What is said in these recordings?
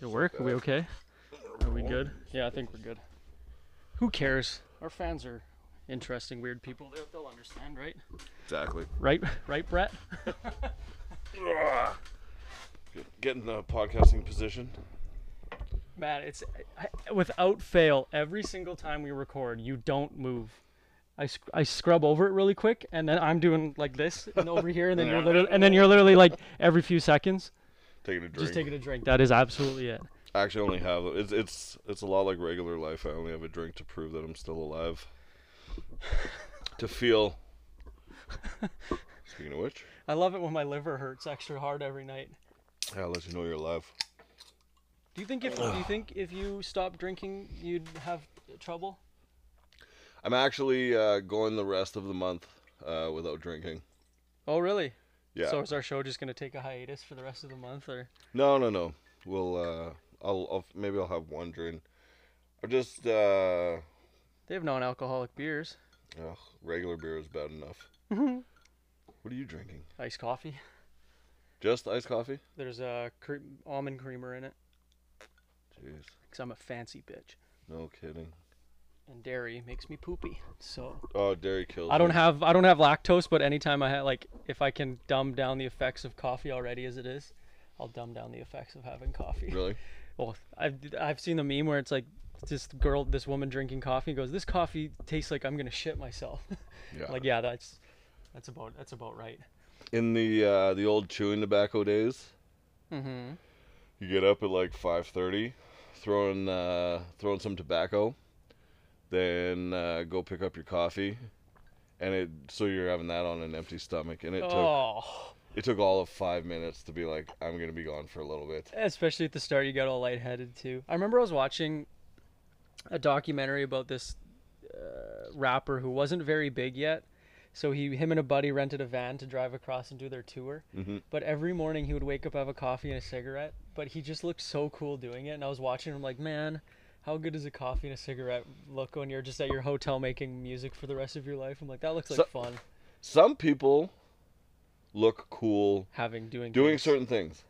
Did it work? Are we okay? Are we good? Yeah, I think we're good. Who cares? Our fans are interesting, weird people. They'll, they'll understand, right? Exactly. Right, right, Brett. Get in the podcasting position. Matt, it's I, I- without fail every single time we record, you don't move. I, sc- I scrub over it really quick, and then I'm doing like this and over here, and then you're literally and then you're literally like every few seconds Taking a drink. just taking a drink. That is absolutely it. I actually only have it's it's it's a lot like regular life. I only have a drink to prove that I'm still alive. to feel. Speaking of which, I love it when my liver hurts extra hard every night. I'll let you know you're alive. Do you think if do you think if you stopped drinking, you'd have trouble? I'm actually uh, going the rest of the month uh, without drinking. Oh, really? Yeah. So is our show just gonna take a hiatus for the rest of the month, or No, no, no. We'll uh, I'll, I'll maybe I'll have one drink. I just uh, they have non-alcoholic beers, ugh, regular beer is bad enough. Mm-hmm. what are you drinking? iced coffee. Just iced coffee? There's a cre- almond creamer in it. Jeez, because I'm a fancy bitch. no kidding. And dairy makes me poopy. So Oh, dairy kills. I don't me. have I don't have lactose, but anytime I have like if I can dumb down the effects of coffee already as it is, I'll dumb down the effects of having coffee. really. Well, I've I've seen the meme where it's like this girl, this woman drinking coffee goes, "This coffee tastes like I'm gonna shit myself." Yeah. like yeah, that's that's about that's about right. in the uh, the old chewing tobacco days, Mm-hmm. you get up at like five thirty, throwing uh, throwing some tobacco, then uh, go pick up your coffee, and it so you're having that on an empty stomach, and it took Oh, it took all of five minutes to be like I'm gonna be gone for a little bit. especially at the start, you got all lightheaded too. I remember I was watching a documentary about this uh, rapper who wasn't very big yet. So he, him and a buddy rented a van to drive across and do their tour. Mhm. But every morning he would wake up, have a coffee and a cigarette. But he just looked so cool doing it, and I was watching him like, man, how good does a coffee and a cigarette look when you're just at your hotel making music for the rest of your life? I'm like, that looks like So- fun Some people look cool having doing doing things. certain things.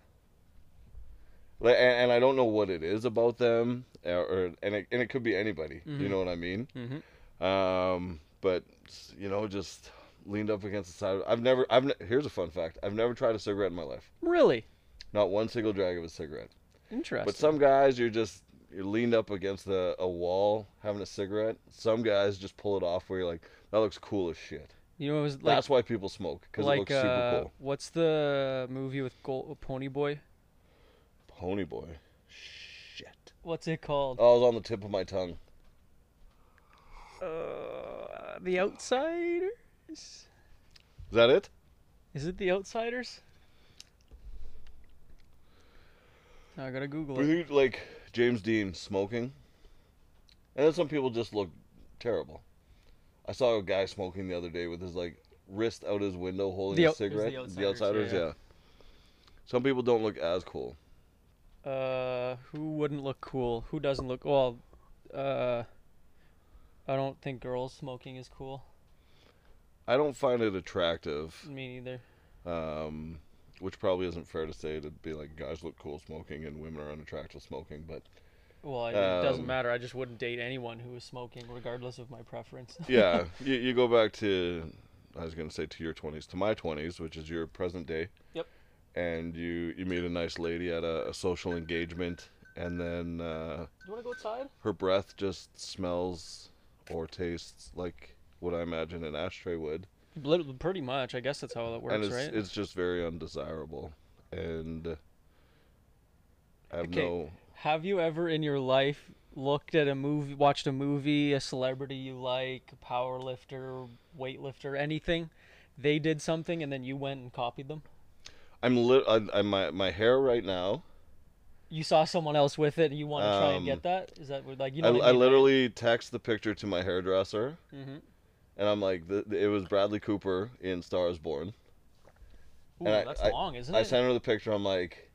Like, and, and I don't know what it is about them, or, or and it, and it could be anybody. You know what I mean? Mhm. Um, but you know, just leaned up against the side. I've never. I've ne- here's a fun fact. I've never tried a cigarette in my life. Really Not one single drag of a cigarette. interesting. But some guys, you're just you're leaned up against a, a wall having a cigarette. Some guys just pull it off where you're like, that looks cool as shit. you know, it was like That's why people smoke because like it looks super uh, cool. what's the movie with Gol- uh, Pony Boy? Pony boy. Shit. What's it called? Oh, it was on the tip of my tongue. Oh. Uh, the Outsiders. Is that it? Is it The Outsiders? Now I gotta Google We it. think like James Dean smoking, and then some people just look terrible. I saw a guy smoking the other day with his like wrist out his window holding The a out- it was cigarette. The the Outsiders, outsiders, yeah, yeah, yeah. Some people don't look as cool. Uh, who wouldn't look cool? Who doesn't look well? Uh, I don't think girls smoking is cool. I don't find it attractive, Me neither. um, which probably isn't fair to say to be like guys look cool smoking and women are unattractive smoking. But Well, it it doesn't Um, matter. I just wouldn't date anyone who was smoking, regardless of my preference. yeah, you, you go back to I was gonna say to your twenties, to my twenties, which is your present day. Yep. And you you meet a nice lady at a, a social engagement, and then uh, you wanna go outside? her breath just smells or tastes like what I imagine an ashtray would, Lit- Pretty much. I guess that's how it works, and it's right? it's just very undesirable, and I have Okay. no. Have you ever in your life looked at a movie, watched a movie, a celebrity you like, a power lifter, weightlifter, anything? They did something and then you went and copied them? I'm lit. I, I, my my hair right now. You saw someone else with it and you want to try and Um, get that? Is that what- like, you know, I, I literally text the picture to my hairdresser. hmm and I'm like, th- th- it was Bradley Cooper in Stars Born. Ooh, I- that's long, isn't I it? sent her the picture. I'm like,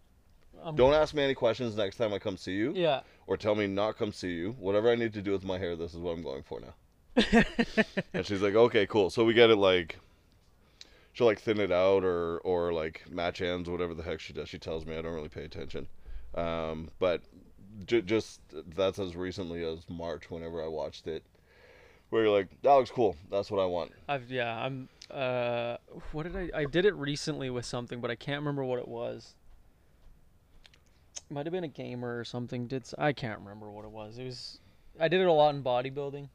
Um, don't ask me any questions next time I come see you, Yeah. or tell me not come see you. Whatever I need to do with my hair, this is what I'm going for now. and she's like, okay, cool. So we get it like, she'll like thin it out or or like match ends, whatever the heck she does. She tells me I don't really pay attention. Um, but j- just that's as recently as March, whenever I watched it, where you're like, that looks cool. That's what I want. I've yeah, I'm uh what did I I did it recently with something, but I can't remember what it was. Might have been a gamer or something. Did s- I can't remember what it was. It was I did it a lot in bodybuilding.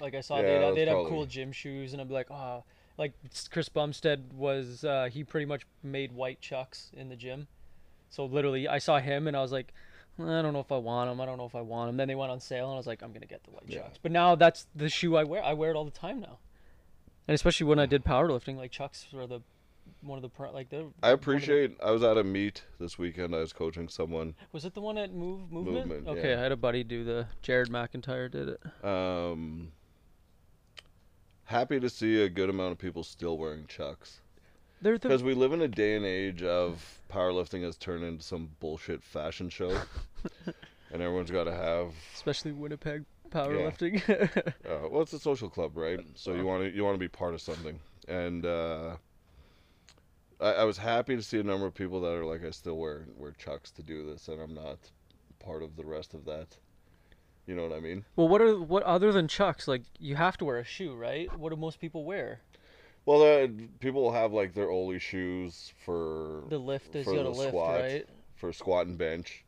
Like I saw Yeah, they'd, that's they'd have probably- cool gym shoes and I'd be like, "Oh, like s- Chris Bumstead was uh he pretty much made white chucks in the gym." So literally I saw him and I was like, I don't know if I want them. I don't know if I want them. Then they went on sale, and I was like, I'm gonna get the white Yeah. chucks. But now that's the shoe I wear. I wear it all the time now, and especially when I did powerlifting, like chucks were the one of the pri- like the. I appreciate. I was at a meet this weekend. I was coaching someone. Was it the one at Move Movement? Movement, okay, yeah. I had a buddy do the. Jared McIntyre did it. Um, happy to see a good amount of people still wearing chucks. They're the. Because we live in a day and age of powerlifting has turned into some bullshit fashion show, and everyone's got to have Especially Winnipeg powerlifting. uh, well, it's a social club, right? So you want to you want to be part of something, and uh, I, I was happy to see a number of people that are like, I still wear wear chucks to do this, and I'm not part of the rest of that. You know what I mean? well, what are what other than chucks? Like you have to wear a shoe, right? What do most people wear? Well, uh, people have like their Oli shoes for The lift is For you got the to lift, squat. right? for squat and bench.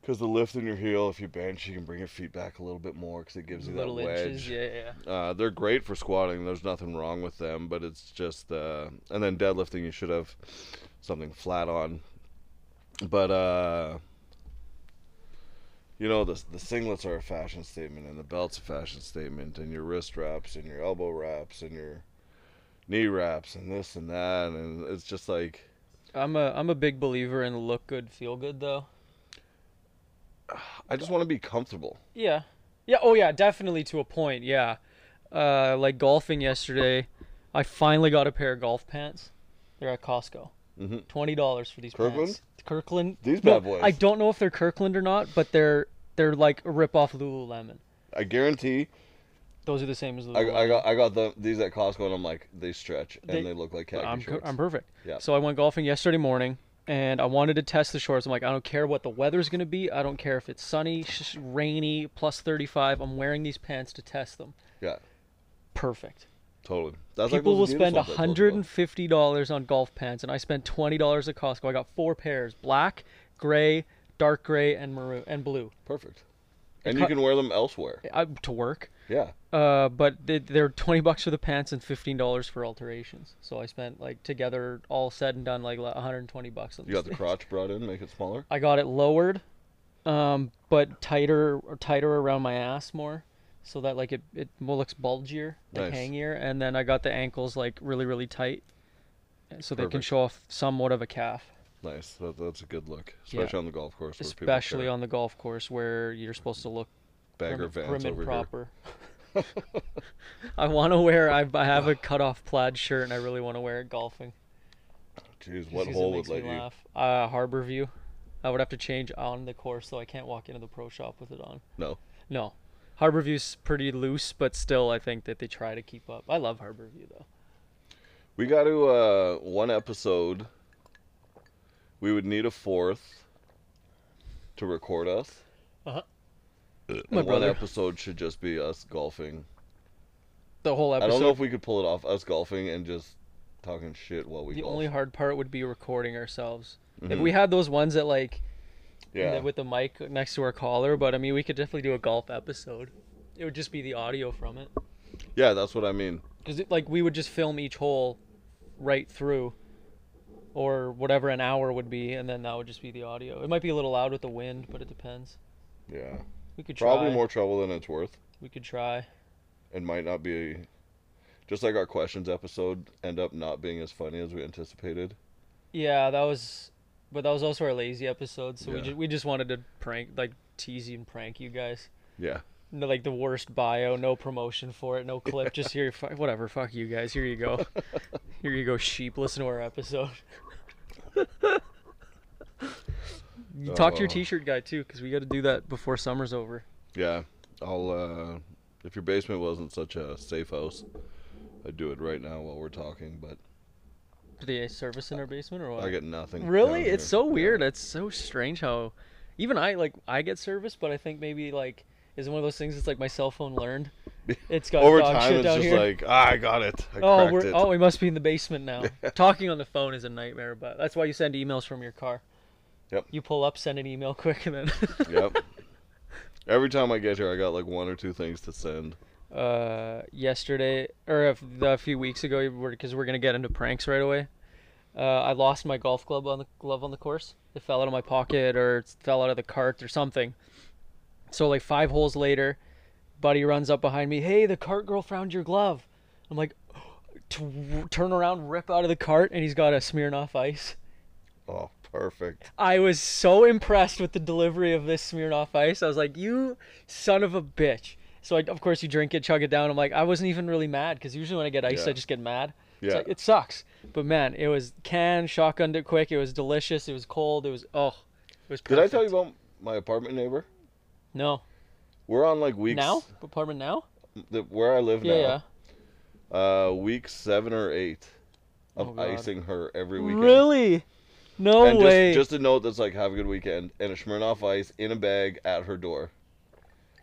Because the lift in your heel, if you bench, you can bring your feet back a little bit more because it gives you Little that wedge. inches, yeah, yeah. Uh, they're great for squatting. There's nothing wrong with them, but it's just uh, and then deadlifting, you should have something flat on. But uh, you know the the singlets are a fashion statement, and the belt's a fashion statement, and your wrist wraps, and your elbow wraps, and your knee wraps, and this and that, and it's just like yeah. I'm a I'm a big believer in look good, feel good though. I just want to be comfortable. Yeah. Yeah. Oh, yeah. Definitely to a point. Yeah. Uh, like golfing yesterday, I finally got a pair of golf pants. They're at Costco. Mhm. Twenty dollars for these Kirkland? pants. Kirkland. These No, bad boys. I don't know if they're Kirkland or not, but they're they're like a rip off Lululemon. I guarantee Those are the same as I, Lululemon. I got I got the, these at Costco and I'm like they stretch and They- they, look like khaki I'm, shorts. I'm perfect. Yeah. So I went golfing yesterday morning, and I wanted to test the shorts. I'm like, I don't care what the weather's gonna be. I don't care if it's sunny, sh- rainy, plus 35. I'm wearing these pants to test them. yeah, Perfect. totally. That's like People those will Adidas spend ones I told you hundred about. and fifty dollars on golf pants, and I spent twenty dollars at Costco. I got four pairs: black, gray, dark gray, and maroon and blue. perfect, and It you cut- can wear them elsewhere. I, to work, Yeah, uh, but they, they're twenty bucks for the pants and fifteen dollars for alterations. So I spent like together, all said and done, like one hundred and twenty bucks. On you got the these things. crotch brought in, make it smaller. I got it lowered, um, but tighter, tighter around my ass more, so that like it it more looks bulgier, like Nice. hangier, and then I got the ankles like really really tight, so they can Perfect. show off somewhat of a calf. Nice, that, that's a good look, especially on the golf course. Where especially people on the golf course where you're supposed to look carry bagger prim, vans prim and over proper. I want to wear. I, I have a cut off plaid shirt, and I really want to wear it golfing. here. Jeez, just what 'cause it hole would makes me let you? laugh. Uh, Harbor View. I would have to change on the course, though. I can't walk into the pro shop with it on. No, No, Harbor View's pretty loose, but still, I think that they try to keep up. I love Harbor View though. we got to uh, one episode. We would need a fourth to record us. Uh, Uh-huh. My And one brother. episode should just be us golfing. The whole I episode. don't know if we could pull it off, us golfing and just talking shit while we the golf. only hard part would be recording ourselves. If Mhm. we had those ones that like yeah, the- with the mic next to our collar, but I mean, we could definitely do a golf episode. It would just be the audio from it. yeah, that's what I mean. Because, like, we would just film each hole right through or whatever an hour would be, and then that would just be the audio. It might be a little loud with the wind, but it depends. Yeah, We could try. probably more trouble than it's worth, We could try. and might not be. Just like our questions episode end up not being as funny as we anticipated. Yeah, that was. But that was also our lazy episode, so we, Yeah. just, we just wanted to prank, like, tease you and prank you guys. Yeah, No, like the worst bio, no promotion for it, no clip. Just here, fu- whatever. Fuck you guys. Here you go. here you go, sheep. Listen to our episode. you talk to your Oh. T-shirt guy too, because we got to do that before summer's over. yeah. I'll. uh If your basement wasn't such a safe house, I'd do it right now while we're talking. But Do they service in our basement or what? I get nothing. Really? down It's here. so Yeah. weird. It's so strange how even I like I get service, but I think maybe like is one of those things that's like my cell phone learned. It's got Over dog time, shit it's down just here. like ah, I got it. I oh, cracked we're it. oh, we must be in the basement now. Talking on the phone is a nightmare, but that's why you send emails from your car. Yep. You pull up, send an email quick, and then. yep. Every time I get here, I got like one or two things to send. uh, yesterday or a, f- the, a few weeks ago, because we're gonna get into pranks right away. Uh, I lost my golf club on the glove on the course. It fell out of my pocket or it fell out of the cart or something. So like five holes later, buddy runs up behind me. Hey, the cart girl found your glove. I'm like, t- turn around, rip out of the cart, and he's got a Smirnoff Ice. Oh, perfect. I was so impressed with the delivery of this Smirnoff Ice. I was like, "You son of a bitch!" So like, of course, you drink it, chug it down. I'm like, I wasn't even really mad because usually when I get ice, Yeah. I just get mad. It's Yeah. like, it sucks, but man, it was canned, shotgunned it quick. It was delicious. It was cold. It was oh, it was. Did I tell you perfect. about my apartment neighbor? No. We're on like weeks Now apartment now? The, where I live Yeah, yeah. now. Uh, week seven or eight Oh, of God. icing her every weekend. Really? No and way. Just, just a note that's like, have a good weekend, and a Smirnoff Ice in a bag at her door.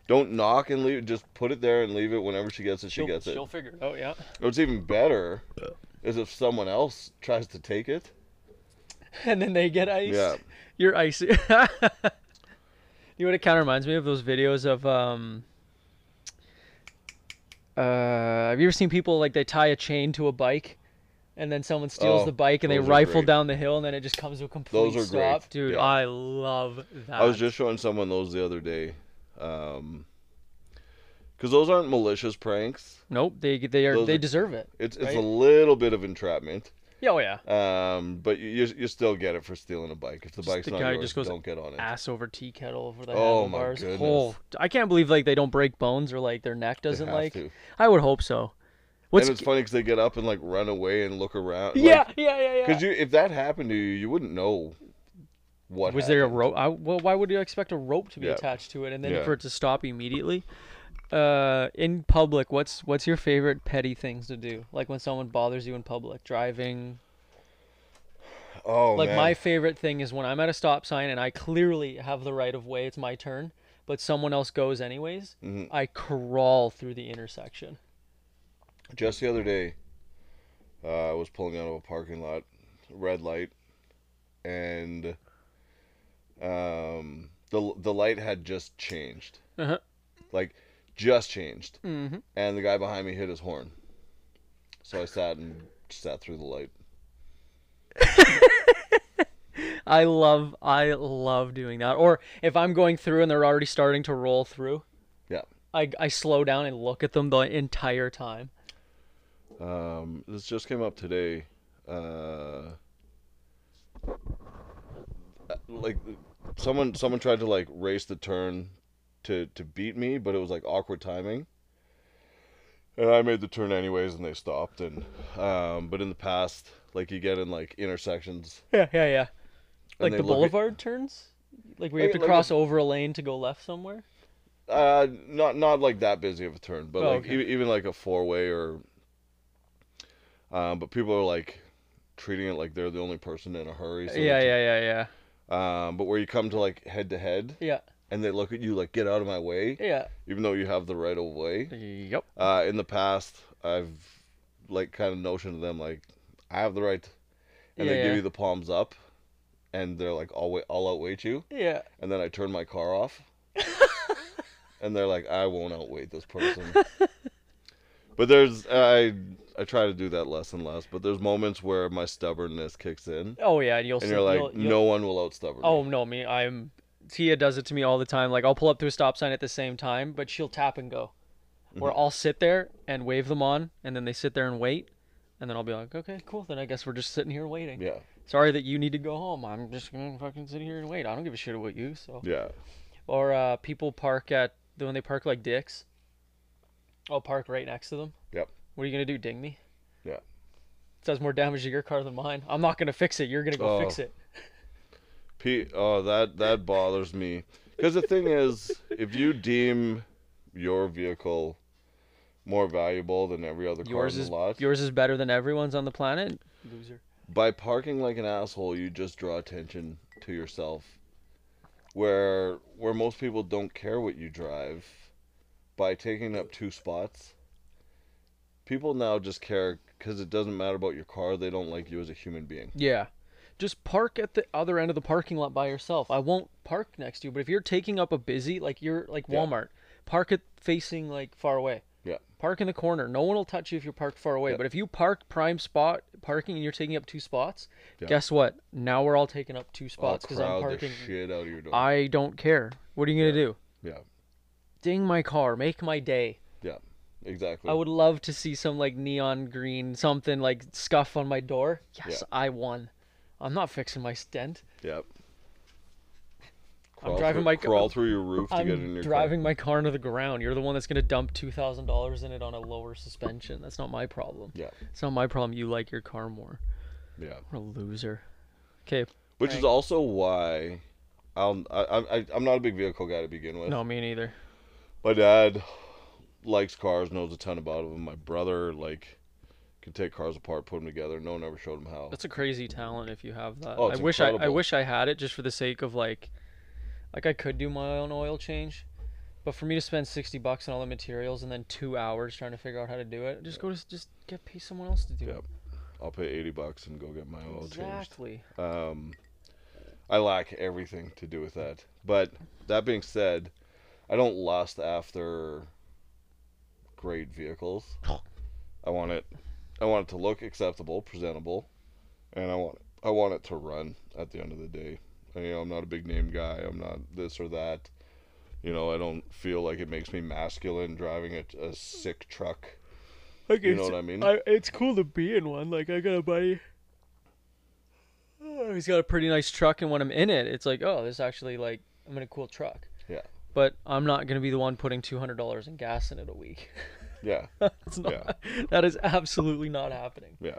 Don't knock and leave. it, Just put it there and leave it. Whenever she gets it, she she'll, gets it. she'll figure it out. Yeah. What's even better is if someone else tries to take it. and then they get iced. Yeah. You're icy. you know what it kind of reminds me of those videos of um. Uh, have you ever seen people like they tie a chain to a bike, and then someone steals Oh, the bike and they those are rifle great. down the hill and then it just comes to a complete are great, stop, dude. yeah. I love that. I was just showing someone those the other day. Um 'cause because those aren't malicious pranks. nope. They they are Those they are- deserve it. It's it's Right. a little bit of entrapment. Yeah, oh yeah. Um, but you, you you still get it for stealing a bike. If the bike's the not guy yours, just goes, don't get on it. Ass over tea kettle over the Oh, my handlebars. goodness. Oh, I can't believe like they don't break bones or like their neck They doesn't have like. to. I would hope so. What's and it's funny because they get up and like run away and look around. yeah, yeah, yeah, yeah. Because you, if that happened to you, you wouldn't know what. was there a rope? I, well, why would you expect a rope to be Yeah. attached to it and then Yeah. for it to stop immediately? Uh, in public, what's what's your favorite petty things to do? Like when someone bothers you in public, driving. there? Oh like man. my favorite thing is when I'm at a stop sign and I clearly have the right of way. It's my turn, but someone else goes anyways. Mhm. I crawl through the intersection. Just the other day, uh, I was pulling out of a parking lot, red light, and um, the the light had just changed, Uh-huh. like just changed, Mm-hmm. and the guy behind me hit his horn. So I sat and sat through the light. I love I love doing that. Or if I'm going through and they're already starting to roll through, Yeah. I I slow down and look at them the entire time. Um, this just came up today. Uh, like someone someone tried to like race the turn to to beat me, but it was like awkward timing. And I made the turn anyways, and they stopped. And um, but in the past, like you get in like intersections, Yeah, yeah, yeah. and Like they the look at- boulevard turns? Like we have Like- to like cross over a lane to go left somewhere? Uh, not not like that busy of a turn, but Oh, like okay. e- even like a four way or. Um, but people are like treating it like they're the only person in a hurry. So yeah, they- yeah, yeah, yeah. Um, but where you come to like head to head, Yeah. and they look at you like get out of my way, Yeah. even though you have the right of way. Yep. Uh, in the past, I've like kind of notion to them like I have the right, and they Yeah, yeah. give you the palms up, and they're like I'll wait, I'll outwait you, Yeah. and then I turn my car off, and they're like I won't outwait this person. but there's I I try to do that less and less, but there's moments where my stubbornness kicks in, Oh yeah, and you'll and see you're like you'll, you'll- no one will outstubborn. me." Oh no, me I'm Tia does it to me all the time. Like I'll pull up to a stop sign at the same time, but she'll tap and go. Or Mm-hmm. I'll sit there and wave them on and then they sit there and wait. And then I'll be like, okay, cool. Then I guess we're just sitting here waiting. yeah, Sorry that you need to go home. I'm just gonna fucking sit here and wait. I don't give a shit about you. So yeah. or uh, people park at when they park like dicks. I'll park right next to them. Yep. What are you gonna do? Ding me? Yeah. It does more damage to your car than mine. I'm not gonna fix it. You're gonna go fix Oh. it. Pete, oh that that bothers me. Because the thing is, if you deem your vehicle more valuable than every other car Yours in the is lot, yours is better than everyone's on the planet. Loser. by parking like an asshole, you just draw attention to yourself. Where where most people don't care what you drive, by taking up two spots, people now just care because it doesn't matter about your car. They don't like you as a human being. Yeah. Just park at the other end of the parking lot by yourself. I won't park next to you, but if you're taking up a busy, like you're like Yeah. Walmart, park it facing like far away. Yeah. Park in the corner. No one will touch you if you're parked far away. Yeah. But if you park prime spot parking and you're taking up two spots, Yeah. guess what? Now we're all taking up two I'll spots because I'm crowd parking. the shit out of your door. I don't care. What are you gonna do? yeah, Ding my car. Make my day. yeah, exactly. I would love to see some like neon green something like scuff on my door. Yes, I won. I'm not fixing my stent. Yep. I'm driving through, my ca- crawl through your roof to I'm get in your driving my car into the ground. You're the one that's gonna dump two thousand dollars in it on a lower suspension. That's not my problem. Car. It's not my problem. You like your car more. Yeah, yeah. What a loser. Okay. Which Right. is also why I'll, I, I I'm not a big vehicle guy to begin with. No, me neither. My dad likes cars, knows a ton about them. My brother like can take cars apart, put them together. No one ever showed him how. That's a crazy talent if you have that. Oh, I it's wish I, I incredible. wish I had it just for the sake of like like I could do my own oil change. But for me to spend 60 bucks on all the materials and then 2 hours trying to figure out how to do it, just go to just get pay someone else to do Yep. I'll pay eighty bucks and go get my it. oil changed. Exactly. Um, I lack everything to do with that. But that being said, I don't lust after great vehicles. I want it. I want it to look acceptable, presentable, and I want I want it to run at the end of the day. And, you know, I'm not a big name guy. I'm not this or that. You know, I don't feel like it makes me masculine driving a, a sick truck. Like You know it's- what I mean? I, it's cool to be in one. Like I got a buddy. Oh, he's got a pretty nice truck, and when I'm in it, it's like, oh, this is actually like I'm in a cool truck. Yeah. But I'm not gonna be the one putting two hundred dollars in gas in it a week. Yeah, That's not. That is absolutely not happening. yeah.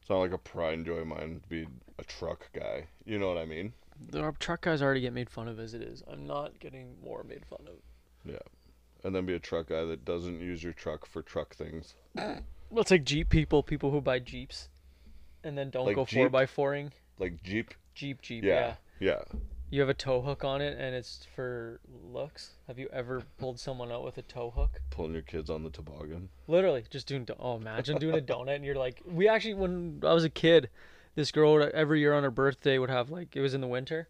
It's not like a pride and joy of mine to be a truck guy. You know what I mean? The truck guys already get made fun of as it is. I'm not getting more made fun of. and then be a truck guy that doesn't use your truck for truck things. Well, it's like Jeep people, people who buy Jeeps, and then don't Like go Jeep? four by fouring. Like Jeep. Jeep, Jeep, yeah. Yeah. Yeah. You have a tow hook on it, and it's for looks. Have you ever pulled someone out with a tow hook? Pulling your kids on the toboggan. Literally, just doing. do- Oh, imagine doing a donut, and you're like, we actually, when I was a kid, this girl would, every year on her birthday would have like it was in the winter,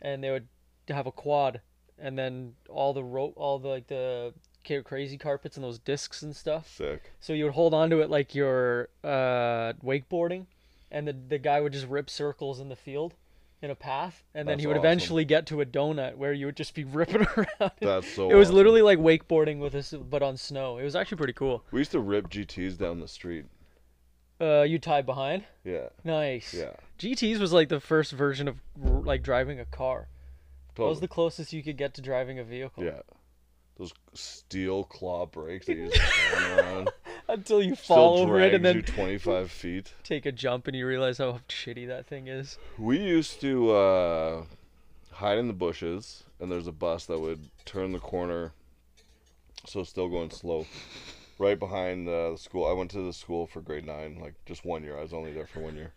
and they would have a quad, and then all the rope, all the like the ca- crazy carpets and those discs and stuff. Sick. So you would hold on to it like you're uh, wakeboarding, and the the guy would just rip circles in the field, in a path, and then That's he would awesome. eventually get to a donut where you would just be ripping around. That's so. it was awesome. literally like wakeboarding with us, but on snow. It was actually pretty cool. We used to rip GTS down the street. Uh, you tied behind. Yeah. Nice. Yeah. GTS was like the first version of r- like driving a car. That was Totally. the closest you could get to driving a vehicle. Yeah. Those steel claw brakes that you just turn around. Until you Still fall over it and drags you then 25 feet. take a jump and you realize how shitty that thing is. We used to uh, hide in the bushes, and there's a bus that would turn the corner, so still going slow, right behind uh, the school. I went to the school for grade nine, like just one year. I was only there for one year.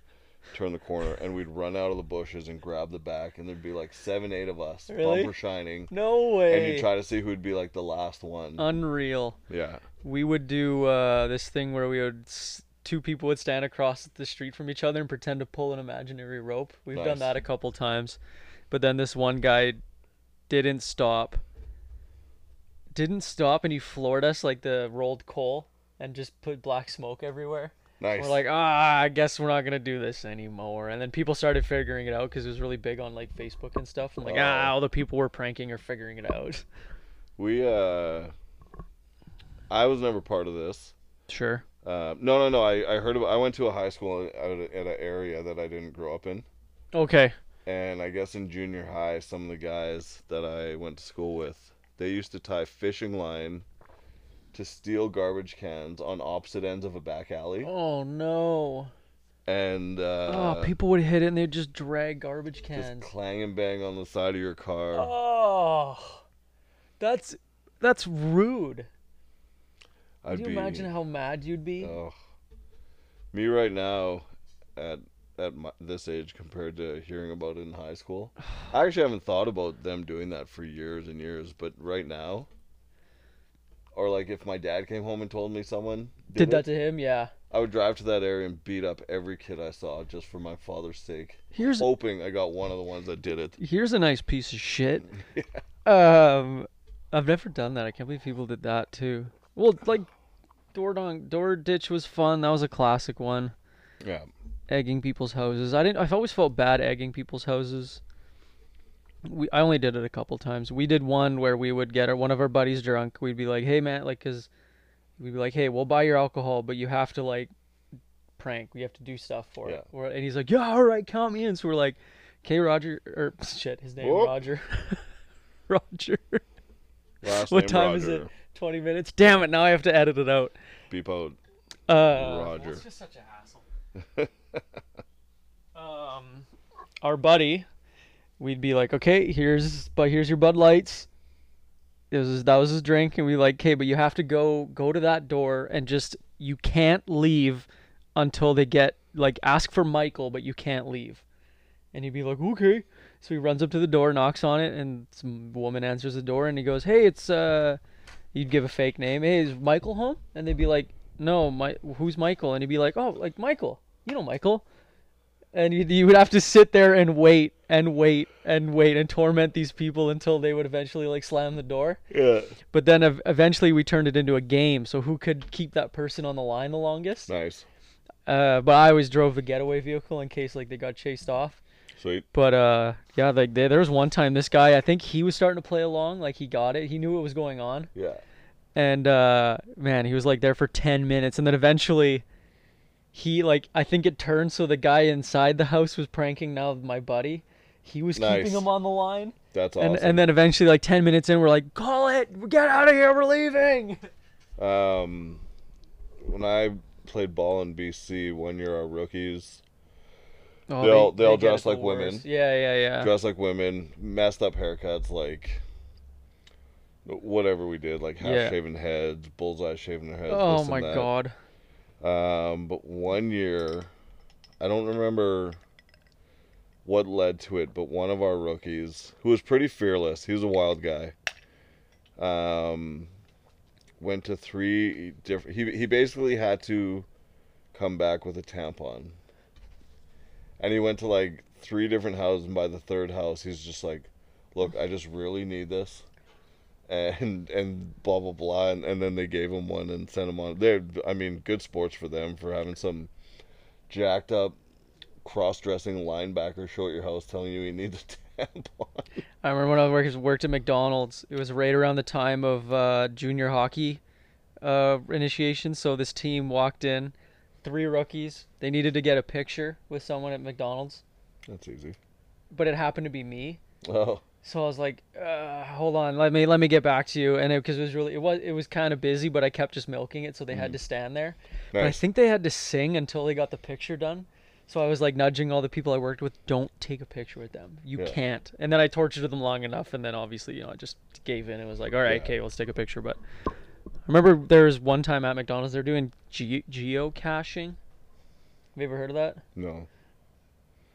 Turn the corner, and we'd run out of the bushes and grab the back, and there'd be like seven, eight of us, Really? bumper shining, No and you way. would try to see who'd be like the last one. Uh, Unreal. yeah, We would do uh, this thing where we would s- two people would stand across the street from each other and pretend to pull an imaginary rope. We've done Nice. that a couple times, but then this one guy didn't stop, didn't stop, and he floored us like the rolled coal and just put black smoke everywhere. nice. We're like, ah, I guess we're not gonna do this anymore. And then people started figuring it out because it was really big on like Facebook and stuff. And like, ah, Oh. all the people we're pranking are figuring it out. we, uh, I was never part of this. Sure. Uh, no, no, no. I, I heard about. I went to a high school out at an area that I didn't grow up in, Okay. and I guess in junior high, some of the guys that I went to school with, they used to tie fishing line to steel garbage cans on opposite ends of a back alley, Oh no. and uh, oh, people would hit it and they'd just drag garbage just cans. clang and bang on the side of your car. Oh, that's that's rude. I'd Can you be imagine how mad you'd be? oh, me right now at at my, this age compared to hearing about it in high school. I actually haven't thought about them doing that for years and years, but right now, or like if my dad came home and told me someone Did it, that to him? Yeah. I would drive to that area and beat up every kid I saw just for my father's sake, Here's hoping I got one of the ones that did it. here's a nice piece of shit. Um, I've never done that. I can't believe people did that too. Well, like door dong, door ditch was fun. That was a classic one. Yeah, Egging people's houses. I didn't. I've always felt bad egging people's houses. We I only did it a couple times. We did one where we would get our, one of our buddies drunk. We'd be like, hey man, like, cause we'd be like, hey, we'll buy your alcohol, but you have to like prank. We have to do stuff for Yeah. it. Or, and he's like, yeah, all right, count me in. So we're like, okay, Roger, or shit, his name Whoop. Roger. Roger. last What name time Roger. is it? 20 minutes. Damn it, now I have to edit it out. Beep out. Uh, Roger. That's just such a hassle. um, our buddy, we'd be like, okay, here's but here's your Bud Lights. This is that was his drink, and we like, okay, but you have to go go to that door and just you can't leave until they get like ask for Michael, but you can't leave. And he'd be like, okay. So he runs up to the door, knocks on it, and some woman answers the door, and he goes, hey, it's uh, you'd give a fake name. Hey, is Michael home? And they'd be like, No, my who's Michael? And he'd be like, Oh, like Michael. You know Michael. And you, you would have to sit there and wait and wait and wait and torment these people until they would eventually like slam the door. Yeah, But then ev- eventually we turned it into a game. So who could keep that person on the line the longest? nice, Uh, but I always drove the getaway vehicle in case like they got chased off. sweet. But uh, yeah, like there there was one time this guy, I think he was starting to play along. Like he got it. He knew what was going on Yeah, and uh man he was like there for 10 minutes and then eventually he like i think it turned so the guy inside the house was pranking now my buddy he was Nice. keeping him on the line that's awesome. and and then eventually like 10 minutes in we're like call it get out of here we're leaving Um, when I played ball in BC, one year our rookies oh, They all- they all get it dress the like women. worst. yeah yeah yeah dressed like women, messed up haircuts, like whatever we did, like half Yeah. shaven heads, bullseye shaving their heads. oh this my and that. god Um, but one year, I don't remember what led to it, but one of our rookies, who was pretty fearless, he was a wild guy. Um, went to three different. He he basically had to come back with a tampon. And he went to like three different houses, and by the third house, he's just like, "Look, I just really need this," and and blah blah blah, and, and then they gave him one and sent him on. They, I mean, good sports for them for having some jacked up, cross-dressing linebacker show at your house telling you he needs a tampon. i remember when i worked, worked at mcdonald's it was right around the time of uh junior hockey uh initiation so this team walked in three rookies they needed to get a picture with someone at mcdonald's That's easy. but it happened to be me. Oh, So I was like, uh, hold on, let me let me get back to you. And because it, 'cause it was really it was it was kind of busy, but I kept just milking it, so they had to stand there. But I Nice. think they had to sing until they got the picture done. So I was like nudging all the people I worked with, don't take a picture with them. You Yeah. can't. And then I tortured them long enough, and then obviously you know I just gave in and was like, all right, Yeah. okay, let's take a picture. But I remember there was one time at McDonald's they're doing ge- geocaching. Have you ever heard of that? no.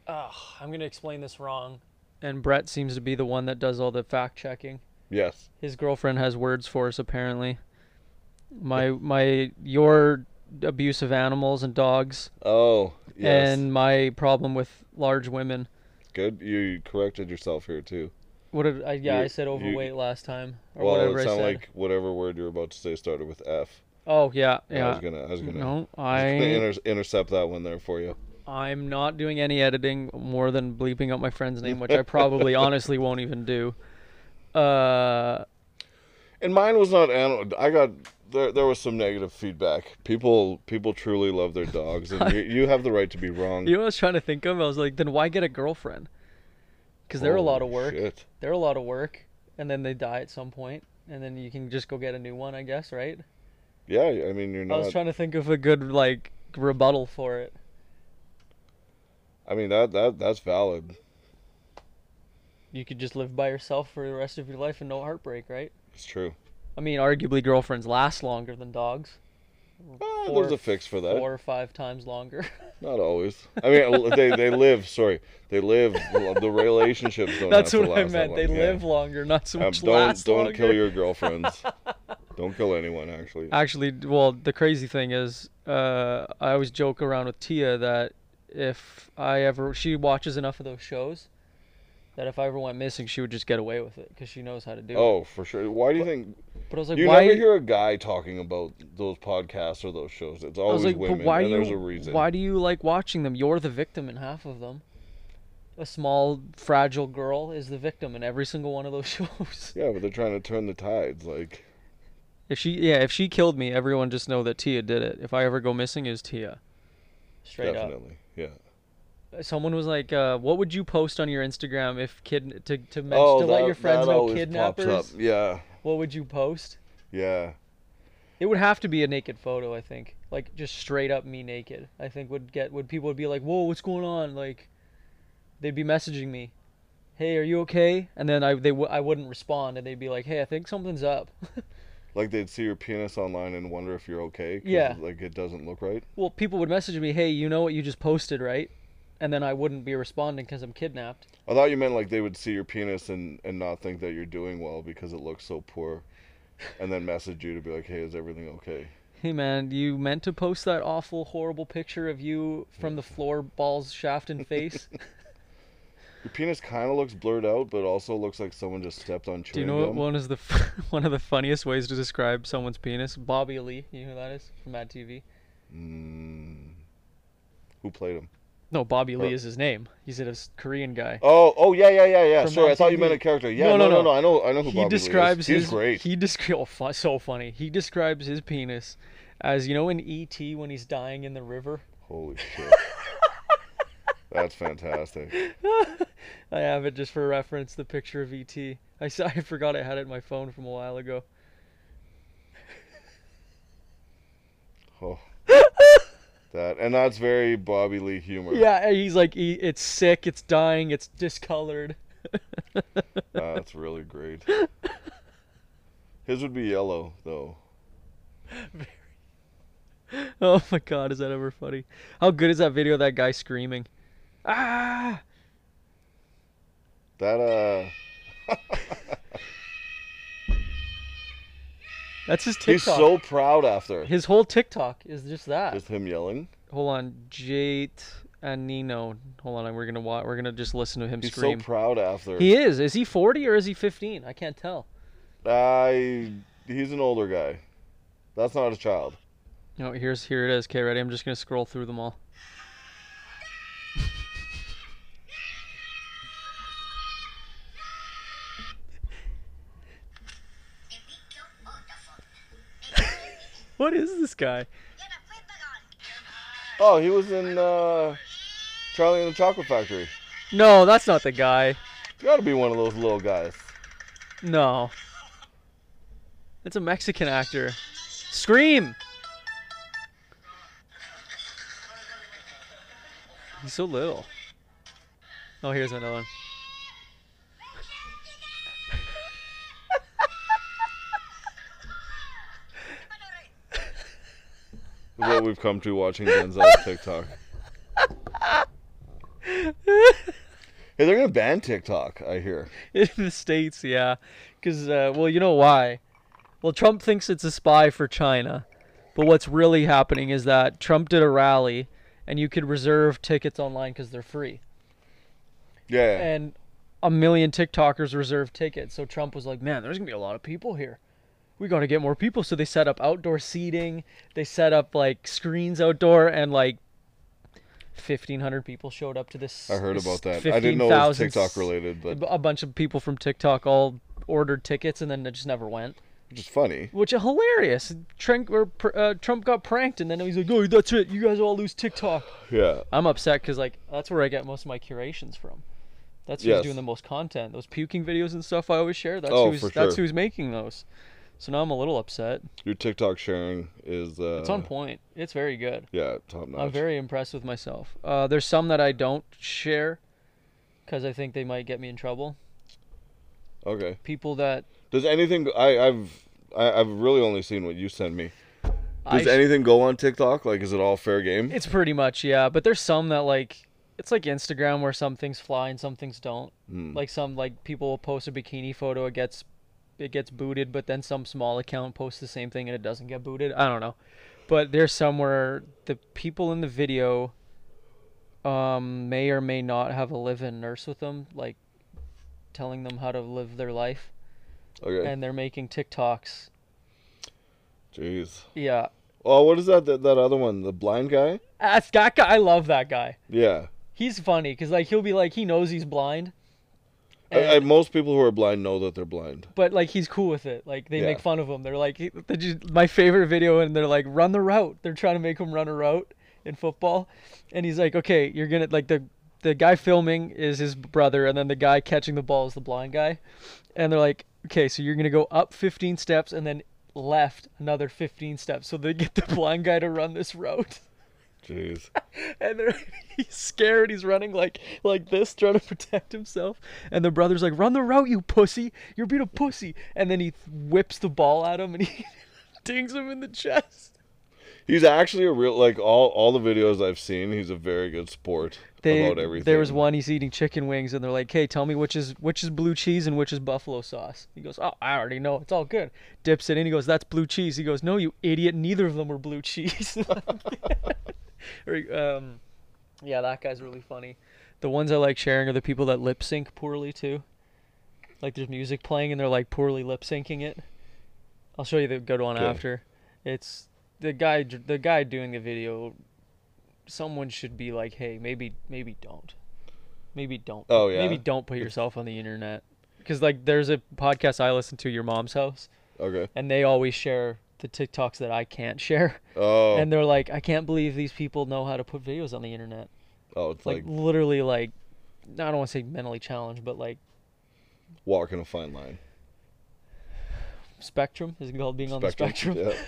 Ugh, I'm gonna explain this wrong. And Brett seems to be the one that does all the fact checking. Yes. His girlfriend has words for us apparently. My my your abuse of animals and dogs Oh, yes. and my problem with large women. Good. You corrected yourself here too. What did I yeah, You- I said you- overweight last time. Or well, whatever it I sounded said. like whatever word you're about to say started with F. oh yeah, I yeah. was gonna. I was gonna. No, I was gonna I inter- intercept that one there for you. I'm not doing any editing more than bleeping out my friend's name, which I probably honestly won't even do. Uh And mine was not animal. I got there. There was some negative feedback. People people truly love their dogs, and you, you have the right to be wrong. You know what I was trying to think of? I was like, then why get a girlfriend? Because they're a lot of Holy work. shit. They're a lot of work, and then they die at some point, and then you can just go get a new one, I guess, right? Yeah, I mean you're I not. I, was trying to think of a good like rebuttal for it. mean that that that's valid. You could just live by yourself for the rest of your life and no heartbreak, right? It's true. I mean, arguably girlfriends last longer than dogs. Ah, Four- there's a fix for that. Four or five times longer. Not always. I mean, they, they live. Sorry, they live. The relationships don't. That's have to what I last that meant. They long, yeah. live longer, not so Um, much don't last don't longer. kill your girlfriends. don't kill anyone. Actually, Actually, d- well, the crazy thing is, uh, I always joke around with Tia that if I ever, she watches enough of those shows that if I ever went missing, she would just get away with it because she knows how to do it. Oh, for sure. Why do you think But I was like, you why? never hear a guy talking about those podcasts or those shows? It's I was always like, women, but why and do there's you? a reason. Why do you like watching them? You're the victim in half of them. A small, fragile girl is the victim in every single one of those shows. Yeah, but they're trying to turn the tides. Like, If she, yeah, if she killed me, everyone just know that Tia did it. If I ever go missing, is Tia. Straight up. definitely, yeah. someone was like, uh, "What would you post on your Instagram if kid to to, men- oh, to that, let your friends that know always pops kidnappers? up. Yeah, What would you post? yeah. It would have to be a naked photo, I think. Like just straight up me naked. I think would get would people would be like, "Whoa, what's going on?" Like, they'd be messaging me, "Hey, are you okay?" And then I they w- I wouldn't respond, and they'd be like, "Hey, I think something's up." Like they'd see your penis online and wonder if you're okay. 'cause, Yeah. Like it doesn't look right. well, people would message me, "Hey, you know what you just posted, right?" And then I wouldn't be responding because I'm kidnapped. I thought you meant like they would see your penis and and not think that you're doing well because it looks so poor, and then message you to be like, hey, is everything okay? Hey man, you meant to post that awful, horrible picture of you from the floor, balls, shaft, and face. Your penis kind of looks blurred out, but also looks like someone just stepped on chewing Do you know what gum. one is the one of the funniest ways to describe someone's penis? Bobby Lee, you know who that is from Mad TV. Mm. Who played him? No, Bobby Lee Or- is his name. He's a s- Korean guy. Oh, oh yeah, yeah, yeah, yeah. From Sorry, I thought you MTV. meant a character. Yeah, No, no, no, no, no. no. I know, I know who he Bobby Lee is. describes He's his great. he descri- oh, fu- so funny. He describes his penis as you know in E.T. when he's dying in the river. Holy shit. That's fantastic. I have it just for reference. The picture of E.T. I saw. I forgot I had it in my phone from a while ago. Oh. That and that's very Bobby Lee humor. Yeah, and he's like, he, it's sick, it's dying, it's discolored. That's really great. His would be yellow though. Oh my god, is that ever funny? How good is that video of that guy screaming? Ah! That uh That's his he's TikTok. so proud after. His whole TikTok is just that. Just him yelling. Hold on, Jate and Nino. Hold on, we're gonna watch. We're gonna just listen to him He's scream. so proud after. he is. Is he 40 or is he 15? I can't tell. I he's an older guy. That's not a child. No, here's here it is. Okay, ready? I'm just gonna scroll through them all. What is this guy? Oh, he was in uh, Charlie and the Chocolate Factory. No, that's not the guy. Got to be one of those little guys. No. It's a Mexican actor. Scream! He's so little. Oh, here's another one. Is what we've come to watching Denzel's TikTok. Hey, they're gonna ban TikTok. I hear. in the states yeah because uh, well you know why well trump thinks it's a spy for china but what's really happening is that trump did a rally and you could reserve tickets online because they're free Yeah. and a million tiktokers reserved tickets so trump was like man there's gonna be a lot of people here we gotta get more people so they set up outdoor seating they set up like screens outdoor and like 1500 people showed up to this I heard this about that. I didn't know it was 15,000 TikTok related, but a bunch of people from TikTok all ordered tickets and then it just never went, which is funny. which is hilarious. Trump, or, pr- uh, Trump got pranked and then he's like, "Oh, that's it. You guys all lose TikTok." Yeah. I'm upset because like that's where I get most of my curations from. That's who's Yes. doing the most content. Those puking videos and stuff I always share. That's Oh, who's for that's sure. who's making those. So now I'm a little upset. Your TikTok sharing is. Uh, It's on point. It's very good. Yeah, top notch. I'm very impressed with myself. Uh, there's some that I don't share because I think they might get me in trouble. okay. People that Does anything I, I've I, I've really only seen what you send me. I Does sh- anything go on TikTok? Like, is it all fair game? It's pretty much yeah, but there's some that like it's like Instagram where some things fly and some things don't. Hmm. Like some like people will post a bikini photo, it gets it gets booted, but then some small account posts the same thing and it doesn't get booted. I don't know, but there's some where the people in the video um, may or may not have a live-in nurse with them, like telling them how to live their life, Okay. and they're making TikToks. Jeez. Yeah, Oh, what is that, that? That other one, the blind guy? That's- that guy, I love that guy. Yeah. he's funny because like he'll be like he knows he's blind and- I, I, most people who are blind know that they're blind. but like he's cool with it like they make Yeah. fun of him they're like he- they just, my favorite video and they're like run the route they're trying to make him run a route in football and he's like okay you're gonna like the the guy filming is his brother and then the guy catching the ball is the blind guy and they're like okay so you're gonna go up 15 steps and then left another 15 steps so they get the blind guy to run this route Jeez. and they're, he's scared. He's running like like this, trying to protect himself. And the brother's like, "Run the route, you pussy! You're being a pussy!" And then he whips the ball at him and he dings him in the chest. He's actually a real like all all the videos I've seen. He's a very good sport They, about everything. there was one he's eating chicken wings, and they're like, "Hey, tell me which is which is blue cheese and which is buffalo sauce." He goes, "Oh, I already know. It's all good." Dips it in. He goes, "That's blue cheese." He goes, "No, you idiot! Neither of them were blue cheese." Or, um, yeah, that guy's really funny. The ones I like sharing are the people that lip sync poorly too. Like there's music playing and they're like poorly lip syncing it. I'll show you the good one Okay. after. It's the guy dr- the guy doing the video. Someone should be like, hey, maybe maybe don't, maybe don't. Oh, yeah. Maybe don't put yourself on the internet because like there's a podcast I listen to, Your Mom's House, Okay. and they always share the TikToks that I can't share Oh. and they're like, I can't believe these people know how to put videos on the internet. oh, it's Like, like, literally, like, I don't want to say mentally challenged, but like walking a fine line. spectrum is it called being on the spectrum.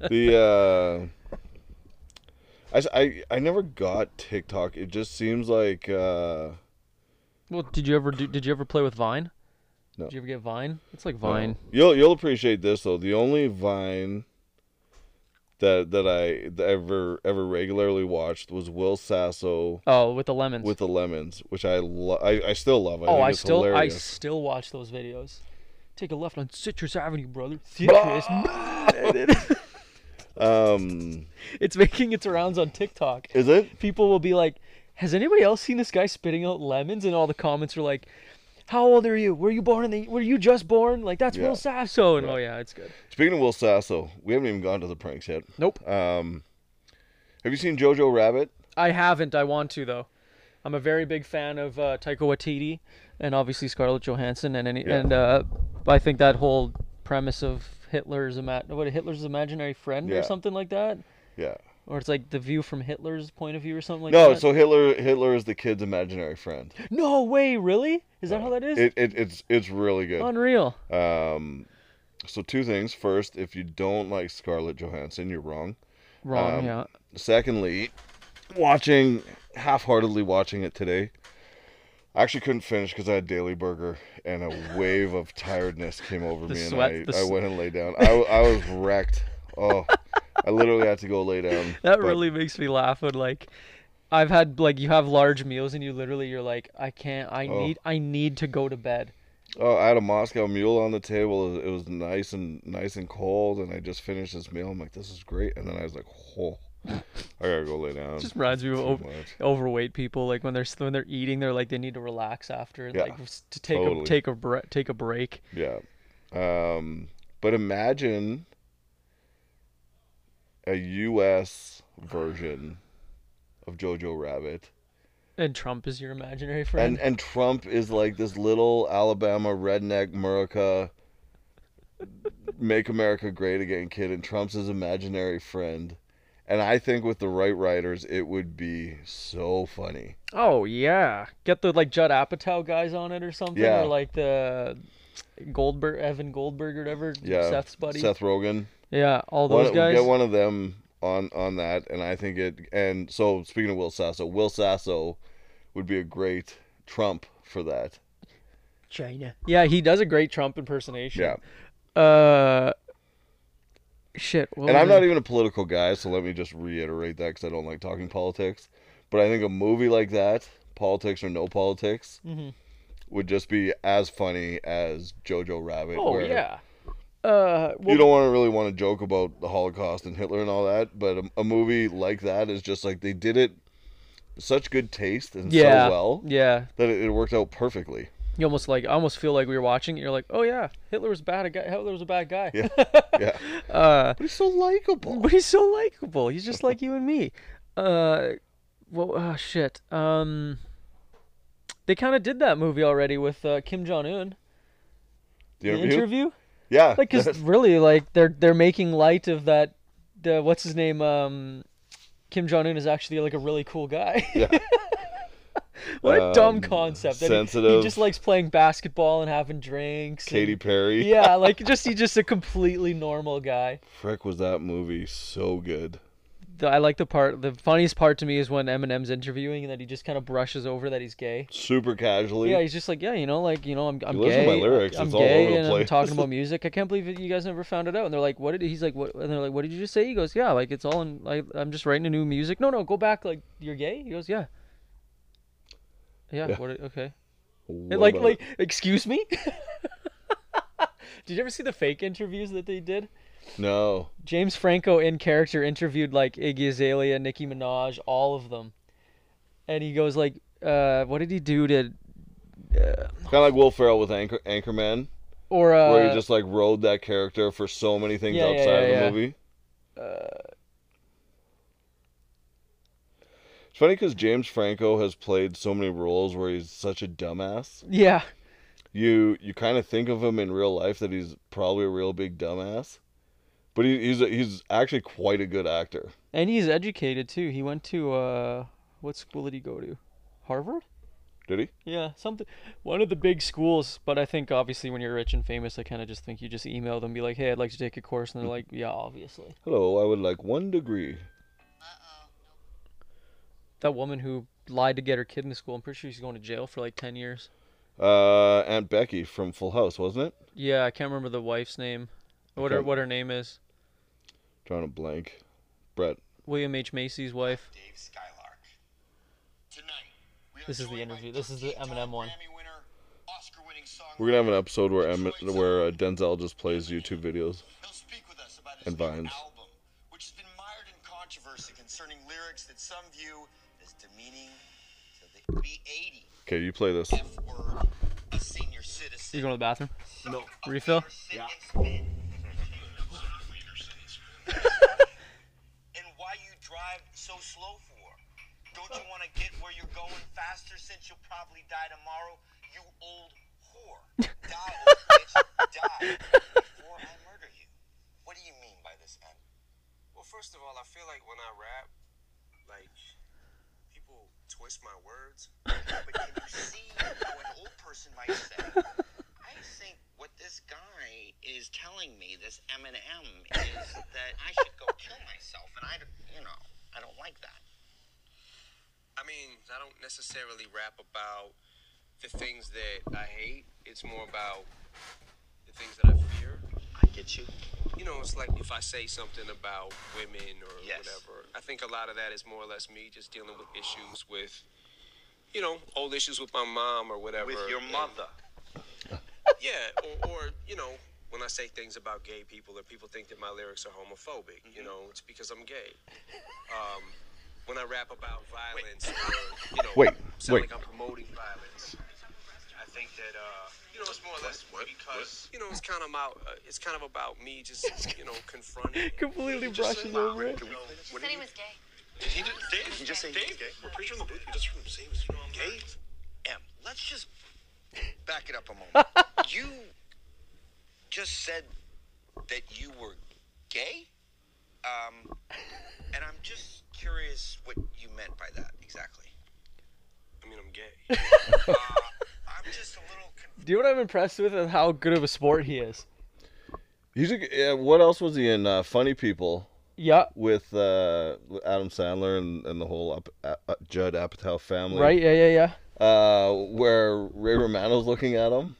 Yeah. the uh, I, s- I I never got TikTok. It just seems like uh, Well, did you ever do? Did you ever play with Vine? No. Did you ever get Vine? It's like Vine. You'll you'll appreciate this though. The only Vine that that I that ever ever regularly watched was Will Sasso Oh, with the lemons. with the lemons, which I lo- I, I still love. I oh, think I it's still I hilarious. still watch those videos. Take a left on Citrus Avenue, brother. Citrus. um, it's making its rounds on TikTok. is it? people will be like, "Has anybody else seen this guy spitting out lemons?" And all the comments are like, "How old are you? Were you born in the? Were you just born? Like that's Yeah. Will Sasso." And oh yeah, it's good. Speaking of Will Sasso, we haven't even gone to the pranks yet. Nope, Um, have you seen Jojo Rabbit? I haven't. I want to though. I'm a very big fan of uh, Taika Waititi, and obviously Scarlett Johansson, and any, Yeah. and uh, I think that whole premise of Hitler's ima- what Hitler's imaginary friend Yeah. or something like that, Yeah. or it's like the view from Hitler's point of view or something like No, that. so Hitler Hitler is the kid's imaginary friend. no way, really? Is that how that is? Oh, It, it it's it's really good. Unreal. Um, so two things. First, if you don't like Scarlett Johansson, you're wrong. Wrong. Um, yeah. Secondly, watching half-heartedly watching it today. I actually couldn't finish because I had Daily Burger and a wave of tiredness came over The me, sweat, and the I, I s- went and lay down. I, w- I was wrecked. Oh, I literally had to go lay down. That but- really makes me laugh when like I've had like you have large meals and you literally you're like I can't I Oh. need I need to go to bed. Oh, I had a Moscow Mule on the table. It was- it was nice and nice and cold, and I just finished this meal. I'm like, this is great, and then I was like, oh, I gotta go lay down. Just reminds me of Too over, much. overweight people like when they're when they're eating they're like they need to relax after and Yeah, like s- to take totally. a take a bre- take a break. Yeah. Um, but imagine a U.S. version of Jojo Rabbit, And Trump is your imaginary friend. and and Trump is like this little Alabama redneck America, make America great again kid, and Trump's his imaginary friend. And I think with the right writers, it would be so funny. oh yeah, get the like Judd Apatow guys on it or something Yeah. or like the Goldberg Evan Goldberg or whatever Yeah, Seth's buddy. Seth Rogen. Yeah, all One- those guys. Get one of them on on that, and I think it. And so speaking of Will Sasso, Will Sasso would be a great Trump for that. China. Yeah, he does a great Trump impersonation. Yeah, Uh, shit. What and was I'm it? not even a political guy, so let me just reiterate that because I don't like talking politics. But I think a movie like that, politics or no politics, Mhm. would just be as funny as Jojo Rabbit. Oh where yeah. Uh, well, you don't want to really want to joke about the Holocaust and Hitler and all that, but a, a movie like that is just like they did it with such good taste and yeah, so well yeah. that it, it worked out perfectly. You almost like I almost feel like we were watching. it, You're like, oh yeah, Hitler was a bad guy. Hitler was a bad guy. Yeah. Yeah, Uh, but he's so likable. but he's so likable. He's just like you and me. Uh, well, oh shit. Um, they kind of did that movie already with uh, Kim Jong Un. The The interview? interview. Yeah, Like, cause really, like they're they're making light of that. The what's his name? Um, Kim Jong Un is actually like a really cool guy. Yeah. what a dumb Um, concept. that he- He, sensitive. just likes playing basketball and having drinks. and- Katy Perry. yeah, like just he's just a completely normal guy. Frick, was that movie so good? The, I like the part. The funniest part to me is when Eminem's interviewing and that he just kind of brushes over that he's gay. Super casually. Yeah, he's just like, yeah, you know, like you know, I'm I'm You listen gay. to my lyrics, I'm it's all gay, over the and I'm place." talking about music. I can't believe that you guys never found it out. And they're like, what did he's like? What? And they're like, what did you just say? He goes, yeah, like it's all in. Like I'm just writing a new music. No, no, go back. Like you're gay. He goes, yeah. Yeah. Yeah. What? did- Okay. What And like about like excuse me. did you ever see the fake interviews that they did? it? no. James Franco in character interviewed like Iggy Azalea, Nicki Minaj, all of them, and he goes like, uh, "What did he do to?" Uh, Kind of like Will Ferrell with Anchor Anchorman, or uh, where he just like rode that character for so many things yeah, yeah, outside of the yeah, yeah. movie. uh, It's funny because James Franco has played so many roles where he's such a dumbass. yeah, You you kind of think of him in real life that he's probably a real big dumbass, but he, he's a, he's actually quite a good actor. and he's educated too. He went to uh, what school did he go to? Harvard? Did he? Yeah, something. One of the big schools, but I think obviously when you're rich and famous, I kind of just think you just email them, be like, "Hey, I'd like to take a course," and they're like, "Yeah, obviously." Hello, I would like one degree. That woman who lied to get her kid into school, I'm pretty sure she's going to jail for like ten years. Uh, Aunt Becky from Full House, wasn't it? Yeah, I can't remember the wife's name. What her Okay. what her name is. Drawing a blank. Brett. William H. Macy's wife. Dave Skylark. Tonight, we This are is the joined by interview. This is the 15-time Eminem one. Grammy winner, Oscar-winning songwriter. We're gonna have an episode where em- where uh, Denzel just plays YouTube videos. He'll speak with us about his and new Vines. album, which has been mired in controversy concerning lyrics that some view as demeaning to the B80 Okay, you play this. F word, a senior citizen. You going to the bathroom? Suck No. a Refill? wiener, sit and spin. And why you drive so slow for? Don't you want to get where you're going faster since you'll probably die tomorrow? You old whore. Die, old bitch. Die before I murder you. What do you mean by this, Em? Well, first of all, I feel like when I rap, like people twist my words. But can you see how an old person might say? I think what this guy is telling me, this Eminem, is that I should go kill myself, and I, don't- you know, I don't like that. I mean, I don't necessarily rap about the things that I hate. It's more about the things that I fear. I get you. You know, it's like if I say something about women or Yes. whatever. I think a lot of that is more or less me just dealing with issues with, you know, old issues with my mom or whatever. With your and- mother. Yeah, or, or you know, when I say things about gay people or people think that my lyrics are homophobic, you know, it's because I'm gay. Um, when I rap about violence, or, you know, Wait, sound wait. like I'm promoting violence. I think that uh, you know it's more or less because you know it's kind of about uh, it's kind of about me just you know confronting. Completely brushes over it. You know, He said he was gay. did he just, Dave? He just say he was Dave? We're pretty sure in the booth. You just heard him say he was gay. Em, let's just back it up a moment. you just said that you were gay? Um, and I'm just curious what you meant by that exactly. I mean, I'm gay. Uh, I'm just a little confused. Do you know what I'm impressed with is how good of a sport he is? He's a, yeah, what else was he in? Uh, Funny People Yeah, with uh, Adam Sandler and, and the whole up, uh, Judd Apatow family. right? Yeah, yeah, yeah. Uh, where Ray Romano's looking at him.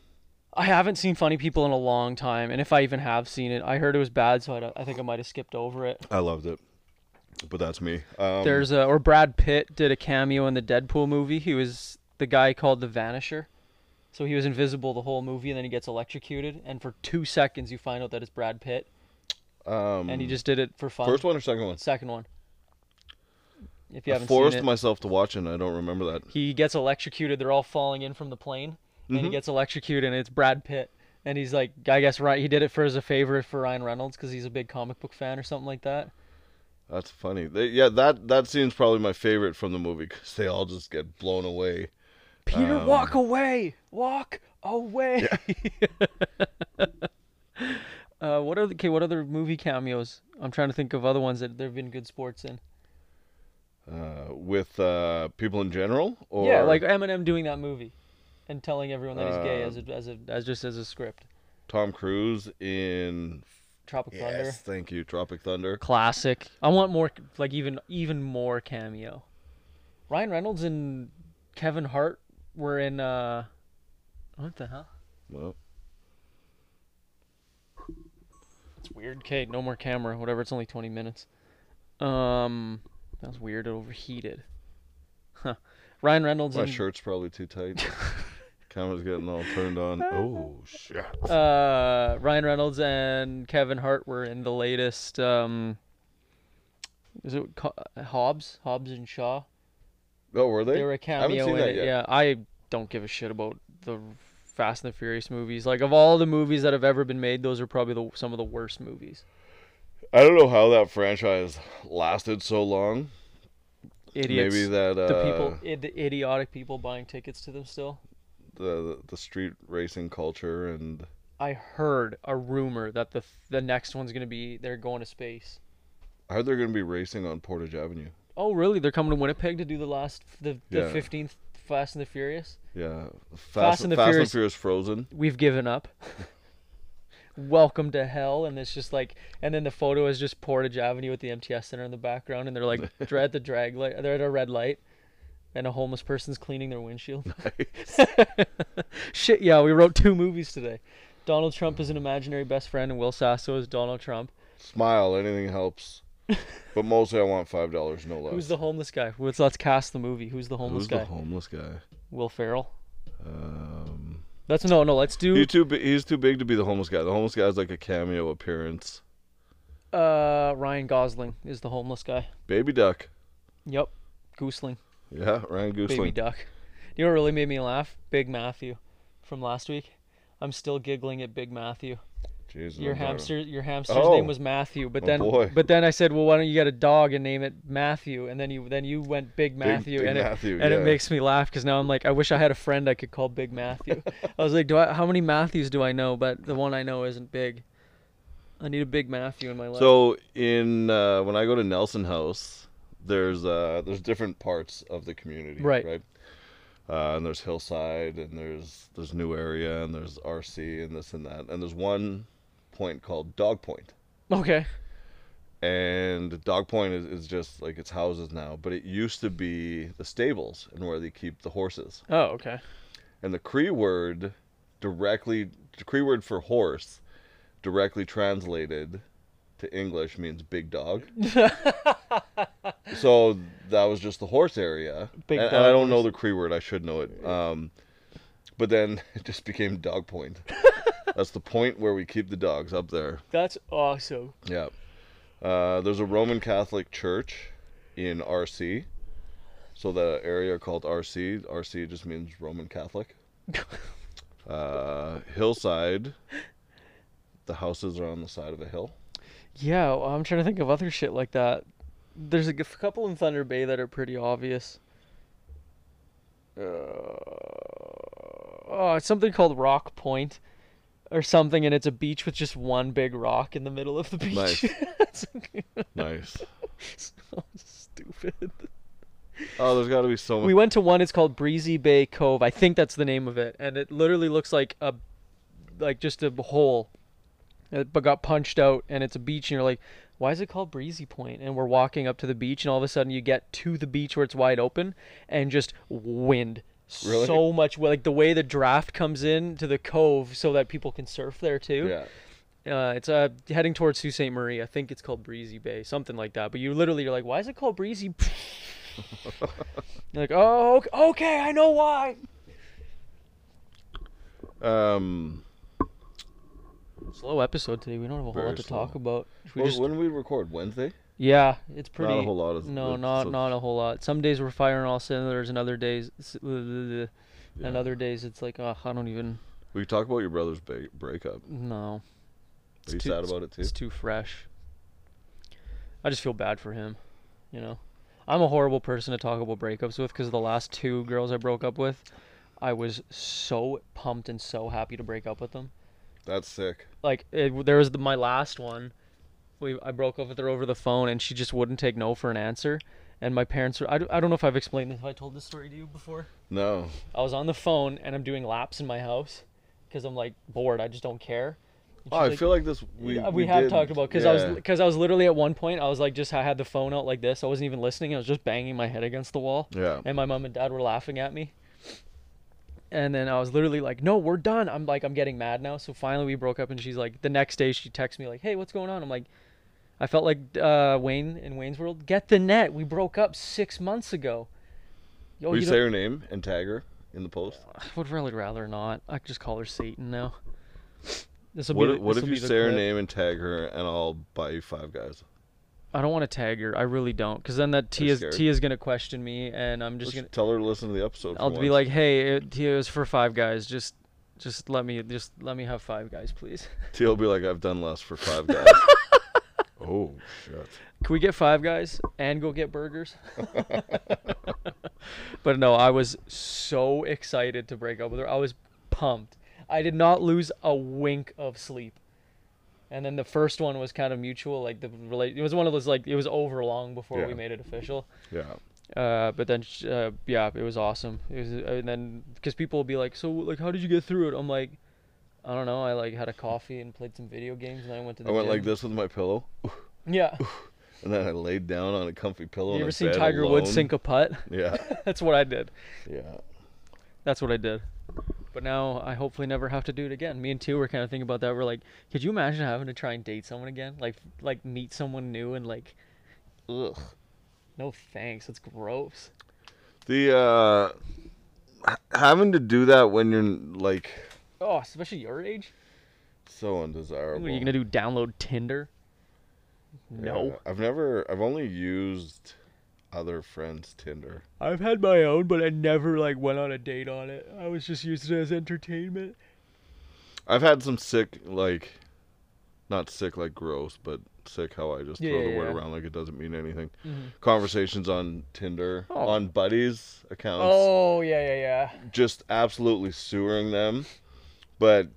I haven't seen Funny People in a long time, and if I even have seen it, I heard it was bad, so I, I think I might have skipped over it. I loved it, but that's me. Um, There's a or Brad Pitt did a cameo in the Deadpool movie. He was the guy called the Vanisher. So he was invisible the whole movie and then he gets electrocuted and for 2 seconds you find out that it's Brad Pitt um, and he just did it for fun. first one or second one. Second one. If you I haven't seen forced it, myself to watch it. and I don't remember that. he gets electrocuted. They're all falling in from the plane and Mm-hmm. he gets electrocuted and it's Brad Pitt and he's like I guess right he did it for as a favor for Ryan Reynolds cuz he's a big comic book fan or something like that. That's funny. They, yeah, that that scene's probably my favorite from the movie because they all just get blown away. Peter, Um, walk away! Walk away! uh, what other okay? What other movie cameos? I'm trying to think of other ones that there've been good sports in. Uh, with uh, people in general, or yeah, like Eminem doing that movie, and telling everyone that he's gay Um, as a, as a, as just as a script. Tom Cruise in Tropic Thunder, yes, thank you, Tropic Thunder. classic. I want more, like even even more cameo. Ryan Reynolds and Kevin Hart were in. uh What the hell? Well, It's weird. Okay, no more camera. Whatever. It's only 20 minutes. Um, that was weird. It overheated. Huh. Ryan Reynolds my and shirt's probably too tight. Camera's getting all turned on. Oh shit! uh Ryan Reynolds and Kevin Hart were in the latest um. Is it co- Hobbs? Hobbs and Shaw. Oh, were they? They were a I haven't cameo seen in that it. yet. Yeah, I don't give a shit about the Fast and the Furious movies. Like of all the movies that have ever been made, those are probably the some of the worst movies. I don't know how that franchise lasted so long. Idiots. Maybe that uh, the people, i- the idiotic people buying tickets to them still. the the street racing culture and I heard a rumor that the the next one's gonna be they're going to space. I heard they're gonna be racing on Portage Avenue. Oh, really? They're coming to Winnipeg to do the last the Yeah. the fifteenth Fast and the Furious. Yeah, Fast, and the Fast Furious- and Furious Frozen. We've given up. Welcome to hell, and it's just like, and then the photo is just Portage Avenue with the MTS Center in the background, and they're like dra- at the drag light, they're at a red light, and a homeless person's cleaning their windshield. Shit, yeah, we wrote two movies today. Donald Trump is an imaginary best friend, and Will Sasso is Donald Trump. Smile, anything helps. but mostly, I want five dollars, no less. Who's the homeless guy? Let's let's cast the movie. Who's the homeless Who's guy? the homeless guy? Will Ferrell. Um, That's no, no. Let's do. he too bi- he's too big to be the homeless guy. The homeless guy's like a cameo appearance. Uh, Ryan Gosling is the homeless guy. Baby duck. Yep, Goosling, Yeah, Ryan Goosling. baby duck. You know what really made me laugh? Big Matthew, from last week. I'm still giggling at Big Matthew. Jesus, Your I'm tired of- hamster, your hamster's Oh. name was Matthew, but Oh, then, boy. but then I said, well, why don't you get a dog and name it Matthew? And then you, then you went Big Matthew, Big and Matthew, it, and yeah. it makes me laugh because now I'm like, I wish I had a friend I could call Big Matthew. I was like, do I? How many Matthews do I know? But the one I know isn't big. I need a Big Matthew in my life. So in uh, when I go to Nelson House, there's uh, there's different parts of the community, Right. Right. Uh, and there's Hillside, and there's there's New Area, and there's RC, and this and that, and there's one point called Dog Point, okay. and Dog Point is, is just like it's houses now, but it used to be the stables and where they keep the horses. Oh, okay. And the Cree word directly, the Cree word for horse, directly translated to English means big dog. so that was just the horse area. Big and, dog and I don't know the Cree word. I should know it. Um, but then it just became dog point. That's the point where we keep the dogs up there. That's awesome. Yeah. Uh, there's a Roman Catholic church in RC. So the area called RC, RC just means Roman Catholic. Uh, hillside, the houses are on the side of a hill. Yeah, well, I'm trying to think of other shit like that. There's a g- couple in Thunder Bay that are pretty obvious. Uh, oh, it's something called Rock Point or something, and it's a beach with just one big rock in the middle of the beach. Nice. It's Nice. so stupid. Oh, there's got to be so We many. went to one. It's called Breezy Bay Cove. I think that's the name of it, and it literally looks like a, like just a hole, uh, but got punched out, and it's a beach, and you're like, why is it called Breezy Point? And we're walking up to the beach, and all of a sudden you get to the beach where it's wide open, and just wind Really? so much. Like the way the draft comes in to the cove, so that people can surf there too. Yeah. Uh, it's uh, heading towards Sault Ste. Marie. I think it's called Breezy Bay, something like that. But you literally, you're like, why is it called Breezy? you're like, oh, ok- okay, I know why. Um. Slow episode today. We don't have a whole Very lot to talk slow. about. We well, just- when we record Wednesday, yeah, it's pretty. not a whole lot of No, it's- not it's- not a whole lot. Some days we're firing all cylinders, and other days, s- and Yeah. other days it's like, oh, I don't even. We could talk about your brother's ba- breakup. No. Are you sad about it too? It's too fresh. I just feel bad for him, you know. I'm a horrible person to talk about breakups with because the last two girls I broke up with, I was so pumped and so happy to break up with them. That's sick. Like it, there was the, my last one, we I broke up with her over the phone and she just wouldn't take no for an answer. And my parents were I, don't- I don't know if I've explained this, have I told this story to you before? No. I was on the phone and I'm doing laps in my house because I'm like bored. I just don't care. And Oh, she's I like- feel like this. We, yeah, we, we have did- talked about because I yeah. was because I was literally at one point I was like just I had the phone out like this I wasn't even listening I was just banging my head against the wall Yeah. and my mom and dad were laughing at me and then I was literally like no we're done I'm like I'm getting mad now so finally we broke up and she's like the next day she texts me like hey what's going on I'm like I felt like uh, Wayne in Wayne's World get the net we broke up six months ago Yo, Will you Oh, you say don't- her name and tag her in the post? I would really rather not I could just call her Satan now this will What, be if- the- what this will if you be the say her clip. name and tag her, and I'll buy you five guys? I don't want to tag her. I really don't, because then that Tia's scared. Tia's gonna question me, and I'm just Let's gonna. tell her to listen to the episode. for I'll be once. like, hey, it, Tia it was for five guys. Just, just let me, just let me have five guys, please. Tia will be like, I've done less for five guys. oh shit. Can we get five guys and go get burgers? but no, I was so excited to break up with her. I was pumped. I did not lose a wink of sleep. And then the first one was kind of mutual, like the relate. It was one of those like it was over long before Yeah. we made it official. Yeah. Uh, but then, sh- uh, yeah, it was awesome. It was, uh, and then because people will be like, "So, like, how did you get through it?" I'm like, I don't know. I like had a coffee and played some video games, and I went to the. I went gym." like this with my pillow, Yeah. and then I laid down on a comfy pillow. you in ever a seen bed Tiger Woods alone. sink a putt? Yeah. That's what I did. Yeah. That's what I did. But now I hopefully never have to do it again. Me and two were kind of thinking about that. We're like, could you imagine having to try and date someone again? Like, like meet someone new and like, ugh, no thanks. It's gross. The uh h- having to do that when you're like Oh, especially your age. so undesirable. What are you gonna do? Download Tinder? No. Yeah, I've never I've only used other friends Tinder. I've had my own, but I never like went on a date on it. I was just using it as entertainment. I've had some sick like not sick like gross, but sick how I just Yeah, throw the yeah, word yeah. around like it doesn't mean anything. Mhm. Conversations on Tinder, Oh. on buddies accounts. Oh yeah, yeah, yeah. just absolutely sewering them. But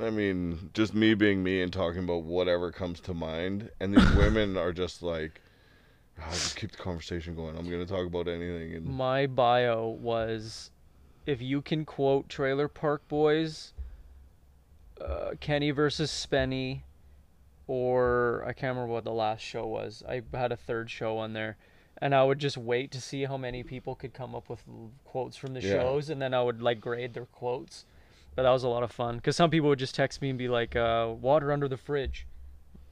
I mean, just me being me and talking about whatever comes to mind, and these women are just like, "Ah, just keep the conversation going. I'm gonna talk about anything. And My bio was, if you can quote Trailer Park Boys, uh, Kenny versus Spenny, or I can't remember what the last show was. I had a third show on there. And I would just wait to see how many people could come up with l- quotes from the Yeah. shows, and then I would like grade their quotes. But that was a lot of fun because some people would just text me and be like, uh, "Water under the fridge."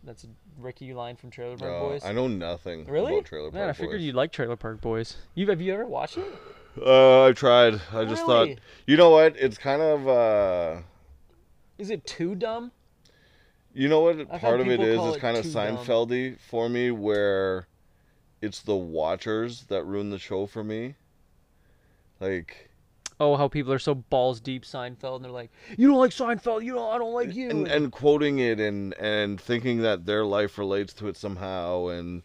That's a Ricky line from Trailer Park uh, Boys. I know nothing really? about Trailer Park Man, I figured Boys. you'd like Trailer Park Boys. You have you ever watched it? Uh, I tried. I just Really? thought, you know what? It's kind of, uh, Is it too dumb? you know what? heard Part of it people is call it's it kind of too dumb. Seinfeldy for me, where it's the watchers that ruin the show for me. Like. Oh, how people are so balls deep Seinfeld, and they're like, "You don't like Seinfeld. You don't. I don't like you." and, and quoting it and and thinking that their life relates to it somehow and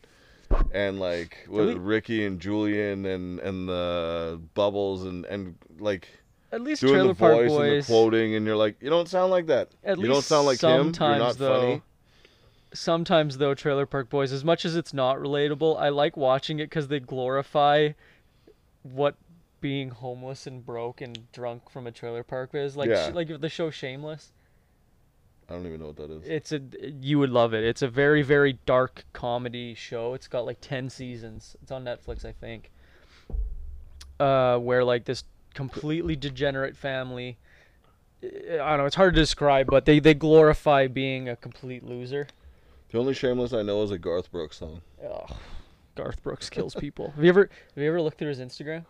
and like with we- Ricky and Julian and and the bubbles and and like At least doing Trailer the Park voice and the Boys. quoting and you're like you don't sound like that At you least don't sound like him you're sometimes, not though, funny Sometimes though, Trailer Park Boys, as much as it's not relatable, I like watching it because they glorify what being homeless and broke and drunk from a trailer park is. Like, Yeah. sh- like the show Shameless. I don't even know what that is It's a you would love it. It's a very very dark comedy show. It's got like 10 seasons. It's on Netflix, I think. Uh where like this completely degenerate family. I don't know. It's hard to describe, but they, they glorify being a complete loser. The only shameless I know is a Garth Brooks song. Ugh. Garth Brooks kills people. have you ever have you ever looked through his Instagram?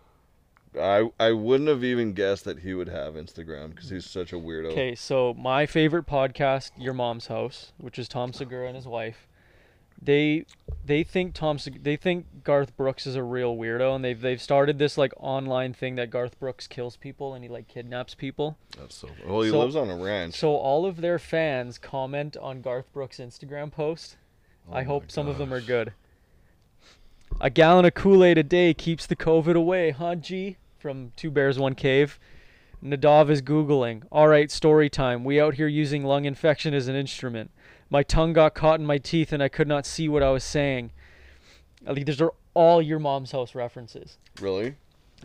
I I wouldn't have even guessed that he would have Instagram because he's such a weirdo. Okay, so my favorite podcast, Your Mom's House, which is Tom Segura and his wife, they they think Tom Seg- they think Garth Brooks is a real weirdo, and they've they've started this like online thing that Garth Brooks kills people and he like kidnaps people. That's so. Well, he So- lives on a ranch. So all of their fans comment on Garth Brooks' Instagram post. I hope some of them are good. A gallon of Kool Aid a day keeps the COVID away, huh, G? From Two Bears, One Cave. Nadav is Googling. All right, story time. We out here using lung infection as an instrument. My tongue got caught in my teeth and I could not see what I was saying. Like, these are all your mom's house references Really?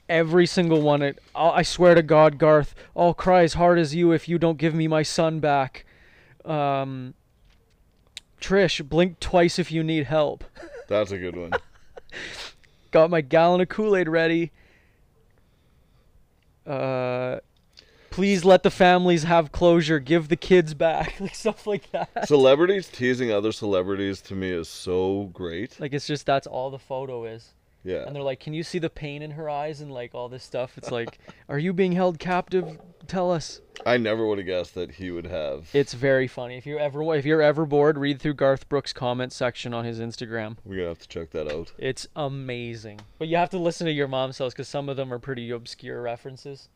every single one. It, I'll- I swear to God, Garth, I'll cry as hard as you if you don't give me my son back. Um, Trish, blink twice if you need help. That's a good one. Got my gallon of Kool Aid ready. Uh, please let the families have closure. Give the kids back, like stuff like that. celebrities teasing other celebrities to me is so great. Like it's just that's all the photo is. Yeah. and they're like, "Can you see the pain in her eyes?" and like all this stuff. It's like, "Are you being held captive? Tell us." I never would have guessed that he would have. It's very funny. If you ever if you're ever bored, read through Garth Brooks' comment section on his Instagram. We're gonna have to check that out. It's amazing. But you have to listen to your mom's house because some of them are pretty obscure references.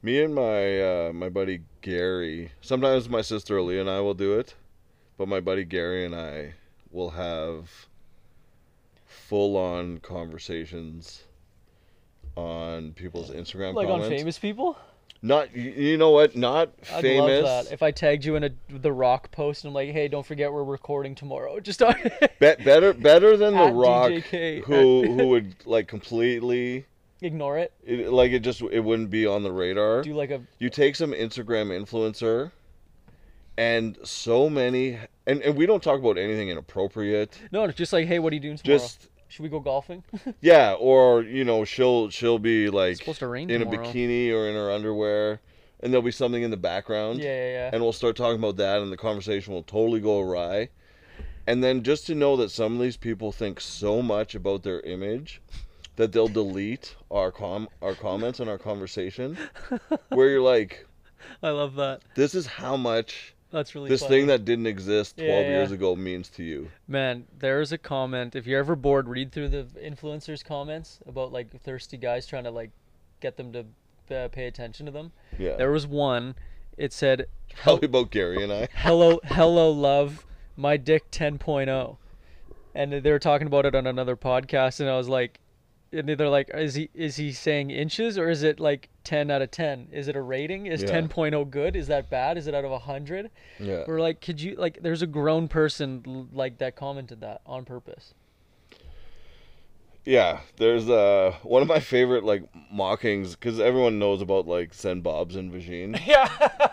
Me and my uh, my buddy Gary. Sometimes my sister Lee and I will do it, but my buddy Gary and I will have full on conversations on people's Instagram Like comments. on famous people. Not you- you know what? Not I'd famous. love that. If I tagged you in a The Rock post and I'm like, hey, don't forget we're recording tomorrow. Just talk. Be- better better than the At Rock, DJK, at- who who would like completely ignore it. it, like it just it wouldn't be on the radar. Do like a you take some Instagram influencer, and so many, and, and we don't talk about anything inappropriate. no, no, just like, hey, what are you doing tomorrow? Just Should we go golfing? yeah, or you know she'll she'll be like supposed to rain in tomorrow. a bikini or in her underwear, and there'll be something in the background. yeah, yeah, yeah. and we'll start talking about that, and the conversation will totally go awry. And then just to know that some of these people think so much about their image that they'll delete our com our comments and our conversation, where you're like, I love that. this is how much That's really this funny. thing that didn't exist 12 Yeah, years yeah. ago means to you. Man, there's a comment. If you're ever bored, read through the influencers' comments about like thirsty guys trying to like get them to uh, pay attention to them. Yeah. There was one. It said, Probably about Gary and I. "Hello, hello, love, my dick 10.0," and they were talking about it on another podcast, and I was like, and they're like, "Is he is he saying inches or is it like 10 out of 10? Is it a rating? Is Yeah. 10.0 good? Is that bad? Is it out of 100?" Yeah. We're like, could you like? There's a grown person l- like that commented that on purpose. Yeah. There's uh one of my favorite like mockings cuz everyone knows about like Sen Bob's and Vagine. Yeah.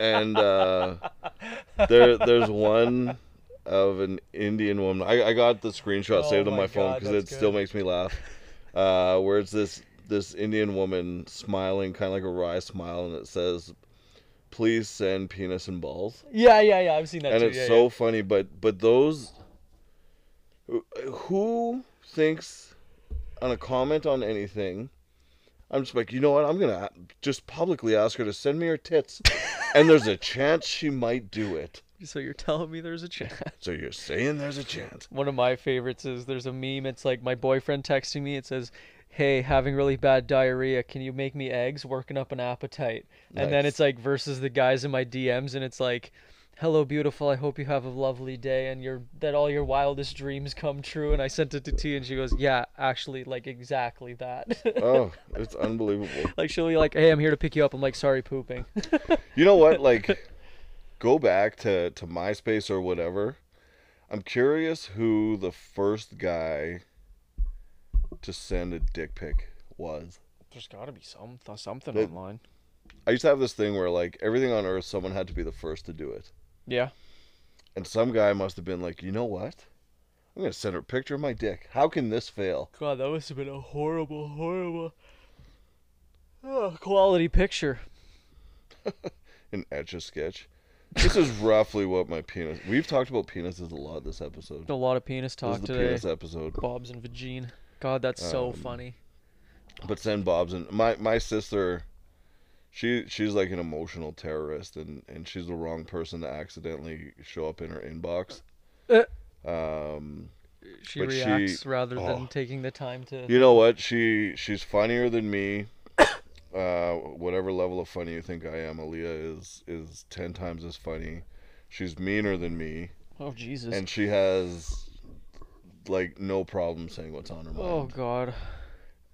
and uh there there's one of an Indian woman. I, I got the screenshot Oh saved on my my phone God, cuz it that's still good. makes me laugh. Uh where it's this this Indian woman smiling kind of like a wry smile and it says please send penis and balls. Yeah, yeah, yeah. I've seen that and too. it's yeah, so yeah. funny but but those who thinks on a comment on anything i'm just like you know what i'm gonna just publicly ask her to send me her tits and there's a chance she might do it So you're telling me there's a chance. so you're saying there's a chance One of my favorites is there's a meme. It's like my boyfriend texting me. It says, "Hey, having really bad diarrhea. Can you make me eggs? Working up an appetite." And then Nice. it's like versus the guys in my DMs, and it's like. Hello, beautiful. I hope you have a lovely day and your that all your wildest dreams come true. And I sent it to T, and she goes, "Yeah, actually, like exactly that." oh it's unbelievable like she'll be like, "Hey, I'm here to pick you up." I'm like, "Sorry, pooping." you know what like go back to to myspace or whatever i'm curious who the first guy to send a dick pic was There's got to be some th- something That- online. I used to have this thing where like everything on earth someone had to be the first to do it. Yeah. And some guy must have been like, "You know what? I'm going to send her a picture of my dick. How can this fail?" God, that must have been a horrible, horrible. Oh, quality picture. An etch a sketch. This is roughly what my penis. We've talked about penises a lot this episode. A lot of penis this talk is the today. penis Um, episode. Bob's and Vagine. God, that's so funny. But send Bob's and my my sister, she she's like an emotional terrorist, and and she's the wrong person to accidentally show up in her inbox. Uh, Um, She but she- reacts rather oh. than taking the time to. you know what? She she's funnier than me. Uh, whatever level of funny you think I am, Aaliyah is is ten times as funny. She's meaner than me, Oh Jesus. and she has like no problem saying what's on her mind. Oh God.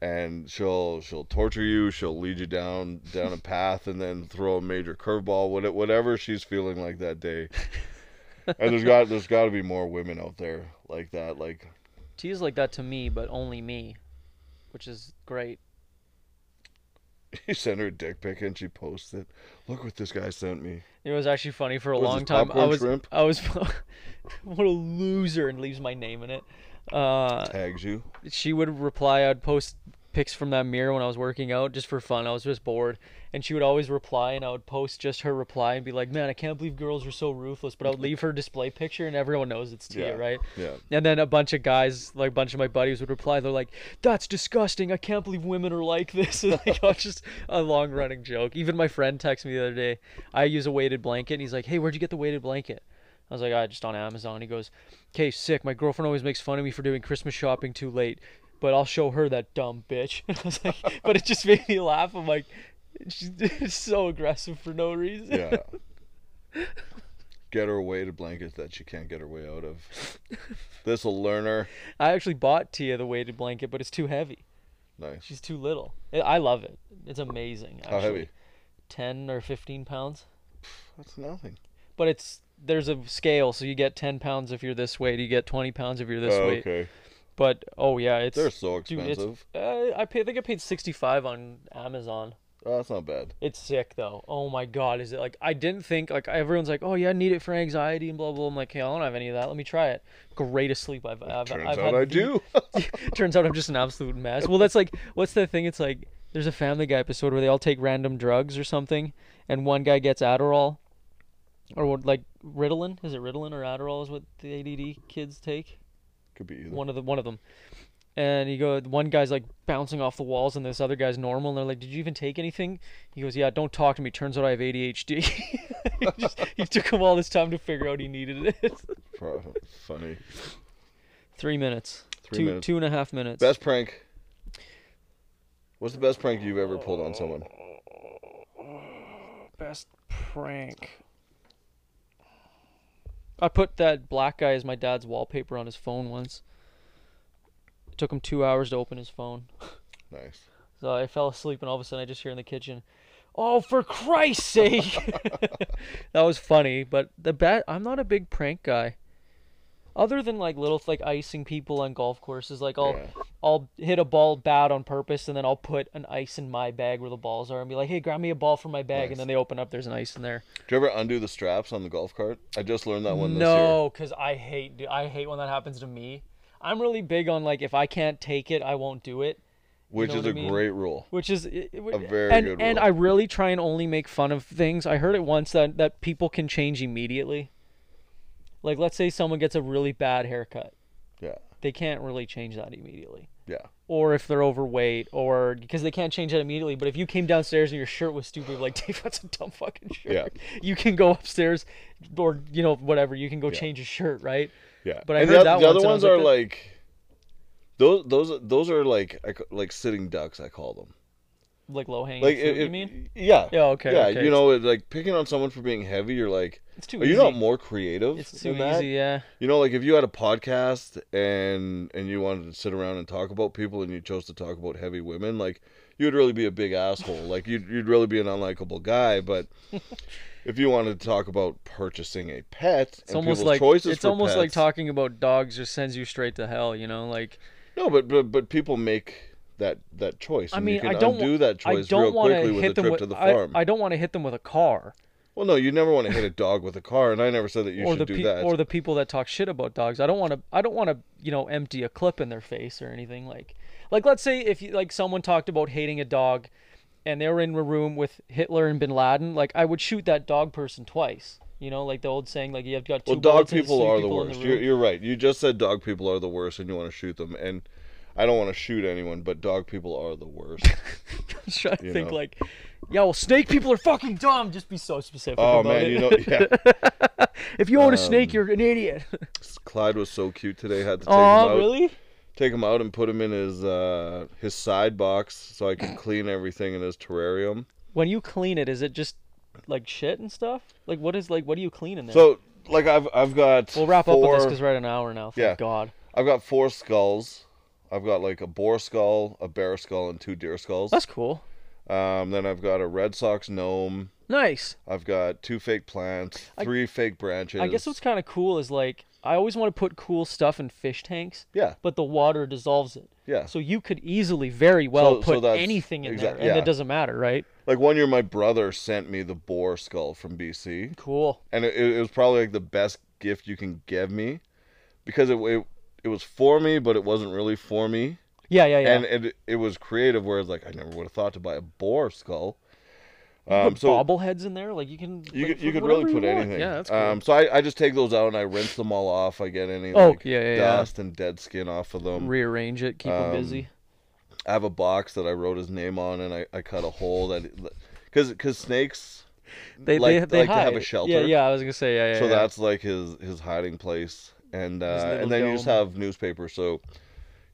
and she'll she'll torture you. She'll lead you down down a path and then throw a major curveball. what- Whatever she's feeling like that day. and there's got there's got to be more women out there like that. Like Tease like that to me, but only me, which is great. you send her a dick pic and she posts it. Look what this guy sent me. It was actually funny for a What is long this, time. I popcorn was, shrimp? I was, what a loser, and leaves my name in it. Uh, Tags you. she would reply. I'd post pics from that mirror when I was working out, just for fun. I was just bored, and she would always reply, and I would post just her reply and be like, "Man, I can't believe girls are so ruthless." But I would leave her display picture, and everyone knows it's Tia, Yeah, right? yeah. And then a bunch of guys, like a bunch of my buddies, would reply. They're like, "That's disgusting. I can't believe women are like this." And like, oh, it's just a long running joke. Even my friend texted me the other day. I use a weighted blanket, and he's like, "Hey, where'd you get the weighted blanket?" I was like, "I just on Amazon." He goes, "Okay, sick. My girlfriend always makes fun of me for doing Christmas shopping too late, but I'll show her that dumb bitch." And I was like, "But it just made me laugh." I'm like, "She's it's so aggressive for no reason." Yeah. Get her away to blankets that she can't get her way out of. This'll learn her. I actually bought Tia the weighted blanket, but it's too heavy. Nice. She's too little. I I love it. It's amazing. Actually. How heavy? Ten or fifteen pounds. That's nothing. But it's there's a scale, so you get ten pounds if you're this weight. You get twenty pounds if you're this Oh, weight. okay. But oh yeah, it's They're so dude, it's- expensive. uh, I pay. I think I paid sixty five on Amazon. Oh, that's not bad. It's sick though. Oh my god, is it like I didn't think like everyone's like, oh yeah, I need it for anxiety and blah blah. blah. I'm like, hey, I don't have any of that. Let me try it. Greatest sleep I've I've, Turns I've out had I the- do. Turns out I'm just an absolute mess. Well, that's like, what's the thing? It's like, there's a Family Guy episode where they all take random drugs or something, and one guy gets Adderall, or what, like Ritalin. Is it Ritalin or Adderall? Is what the ADD kids take? Could be either. One of the one of them. And he go, one guy's like bouncing off the walls, and this other guy's normal. And they're like, "Did you even take anything?" He goes, "Yeah, don't talk to me." Turns out I have ADHD. he, just, he took him all this time to figure out he needed it. Pro- Funny. Three minutes. Three two minutes. two and a half minutes. Best prank. What's the best prank you've ever pulled on someone? Best prank. I put that black guy as my dad's wallpaper on his phone once. It took him two hours to open his phone. Nice. So I fell asleep, and all of a sudden, I just hear in the kitchen, "Oh, for Christ's sake!" that was funny, but the bet I'm not a big prank guy. Other than like little like icing people on golf courses, like I'll Yeah. I'll hit a ball bad on purpose, and then I'll put an ice in my bag where the balls are, and be like, "Hey, grab me a ball from my bag," Nice. and then they open up, there's an ice in there. Do you ever undo the straps on the golf cart? I just learned that one this year. No, because I hate do- I hate when that happens to me. I'm really big on like if I can't take it, I won't do it. Which know is what I a mean? great rule. which is it, it, A very and, good and rule. I really try and only make fun of things. I heard it once that that people can change immediately. Like let's say someone gets a really bad haircut, Yeah. they can't really change that immediately. Yeah. Or if they're overweight, or because they can't change that immediately. But if you came downstairs and your shirt was stupid, like Dave, that's a dumb fucking shirt. Yeah. You can go upstairs, or you know whatever. You can go change your shirt, right? Yeah. But I And heard the, that the once other and I ones was like, are that- like those those those are like I c like sitting ducks I call them. Like low hanging Like fruit. it, you it- mean? Yeah. Yeah, okay, Yeah, okay. you know, it, like picking on someone for being heavy, you're like It's too Are you not easy. more creative? It's too than that? easy. Yeah. You know, like if you had a podcast and and you wanted to sit around and talk about people, and you chose to talk about heavy women, like you'd really be a big asshole. Like you'd you'd really be an unlikable guy. But if you wanted to talk about purchasing a pet, It's and almost people's like choices it's for almost like pets- talking about dogs just sends you straight to hell. You know, like No, but but but people make that that choice. I and mean, you can I don't undo that I choice real don't want quickly to with hit a them trip with. to the I, farm. I don't want to hit them with a car Well, no, you never want to hit a dog with a car, and I never said that you or should the do pe- that. or the people that talk shit about dogs. I don't want to. I don't want to. You know, empty a clip in their face or anything like. Like let's say if you like someone talked about hating a dog, and they were in a room with Hitler and Bin Laden, like I would shoot that dog person twice. You know, like the old saying, like you've got two. Well, dog bullets and people three are the people in worst. room. you're, you're right. You just said dog people are the worst, and you want to shoot them. And I don't want to shoot anyone, but dog people are the worst. Just trying to you think know. like, yeah, well, snake people are fucking dumb. Just be so specific. oh about man, it. you know, um, yeah. if you own a snake, you're an idiot. Clyde was so cute today. Had to take him Oh, out. really? Take him out and put him in his uh, his side box so I could clean everything in his terrarium. When you clean it, is it just like shit and stuff? Like, what is like, what do you clean in there? So like I've I've got we'll wrap up with this four- because we're at an hour now. Thank Yeah. God. I've got four skulls. I've got like a boar skull, a bear skull, and two deer skulls. That's cool. Um, then I've got a Red Sox gnome. Nice. I've got two fake plants, three fake branches. I guess what's kind of cool is like I always want to put cool stuff in fish tanks, yeah, but the water dissolves it. yeah. So you could easily, very well, So- so put that's- anything in exact- there, and yeah. it doesn't matter, right? like one year, my brother sent me the boar skull from BC. Cool. and it, it was probably like the best gift you can give me because it, it it was for me but it wasn't really for me Yeah, yeah, yeah. and it, it was creative where it's like i never would have thought to buy a boar skull Put um so bobbleheads in there, like you can. you, like, could- you could whatever really put want. anything Yeah, that's cool. um so I, I just take those out and i rinse them all off i get any Oh, like yeah, yeah, yeah. dust and dead skin off of them Rearrange it, keep them um, busy. i have a box that i wrote his name on and i, I cut a hole that because because snakes They like- they, they like to have hide. a Yeah, shelter. yeah. I was gonna say yeah, yeah. so yeah. that's like his his hiding place and uh, little and then you just dome. have newspaper so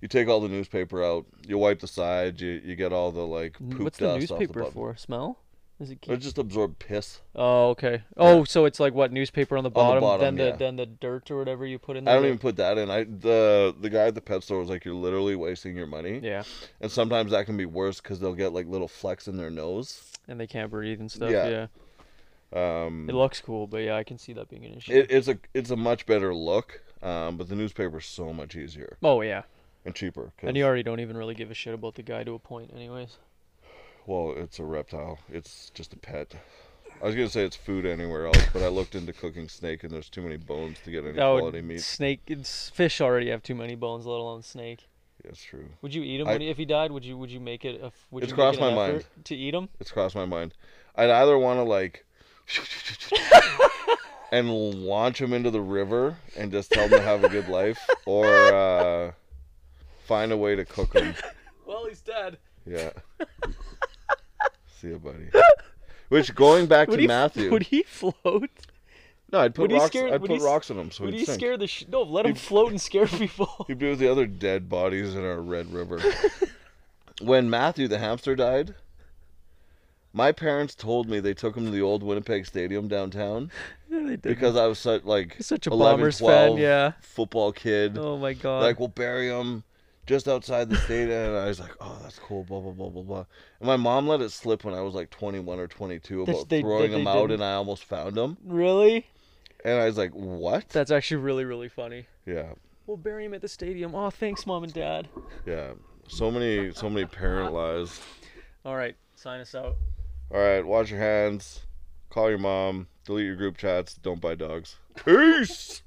you take all the newspaper out you wipe the sides you, you get all the like N- poop Mm, What's the dust newspaper off the bottom. Uh, for? Smell? Is it? it Keep... just absorb piss Oh, okay. Oh, so it's like what newspaper on the bottom, bottom, then the yeah. then the dirt or whatever you put in i there. don't even put that in i the the guy at the pet store was like you're literally wasting your money Yeah, and sometimes that can be worse because they'll get like little flecks in their nose and they can't breathe and stuff. Yeah. Yeah. um It looks cool, but yeah, I can see that being an issue. it, it's a it's a much better look um but the newspaper's so much easier Oh yeah, and cheaper 'cause- and you already don't even really give a shit about the guy to a point, anyways. Well, it's a reptile. It's just a pet. I was gonna say it's food anywhere else, but I looked into cooking snake, and there's too many bones to get any That quality would meat. snake. It's, fish already have too many bones, let alone snake. That's true. Would you eat him I- when he, if he died? Would you would you make it? A, f- would It's you crossed make it an my mind. effort to eat him? It's crossed my mind. I'd either want to like and launch him into the river and just tell him to have a good life, or uh, find a way to cook him. Well, he's dead. Yeah. See you, buddy. Which going back Would to he, Matthew, would he float? no, I'd put would he rocks. scare- I'd would put he s- rocks on him so would he'd he sink. scare the sh- no? Let him He'd- float and scare people. He'd be with the other dead bodies in our Red River. when Matthew the hamster died, my parents told me they took him to the old Winnipeg Stadium downtown because I was such like He's such a 11, Bombers fan, 12 yeah. football kid. oh my god. Like we'll bury him just outside the stadium, and I was like, oh, that's cool, blah blah blah blah blah. And my mom let it slip when I was like 21 or 22 That's- about they- throwing they- him they out, didn't- and I almost found him, really? and I was like, what? That's actually really really funny. yeah. We'll bury him at the stadium. Oh, thanks, mom and dad. Yeah. So many, so many parent lies. All right, sign us out. All right, wash your hands, call your mom, delete your group chats, don't buy dogs. Peace.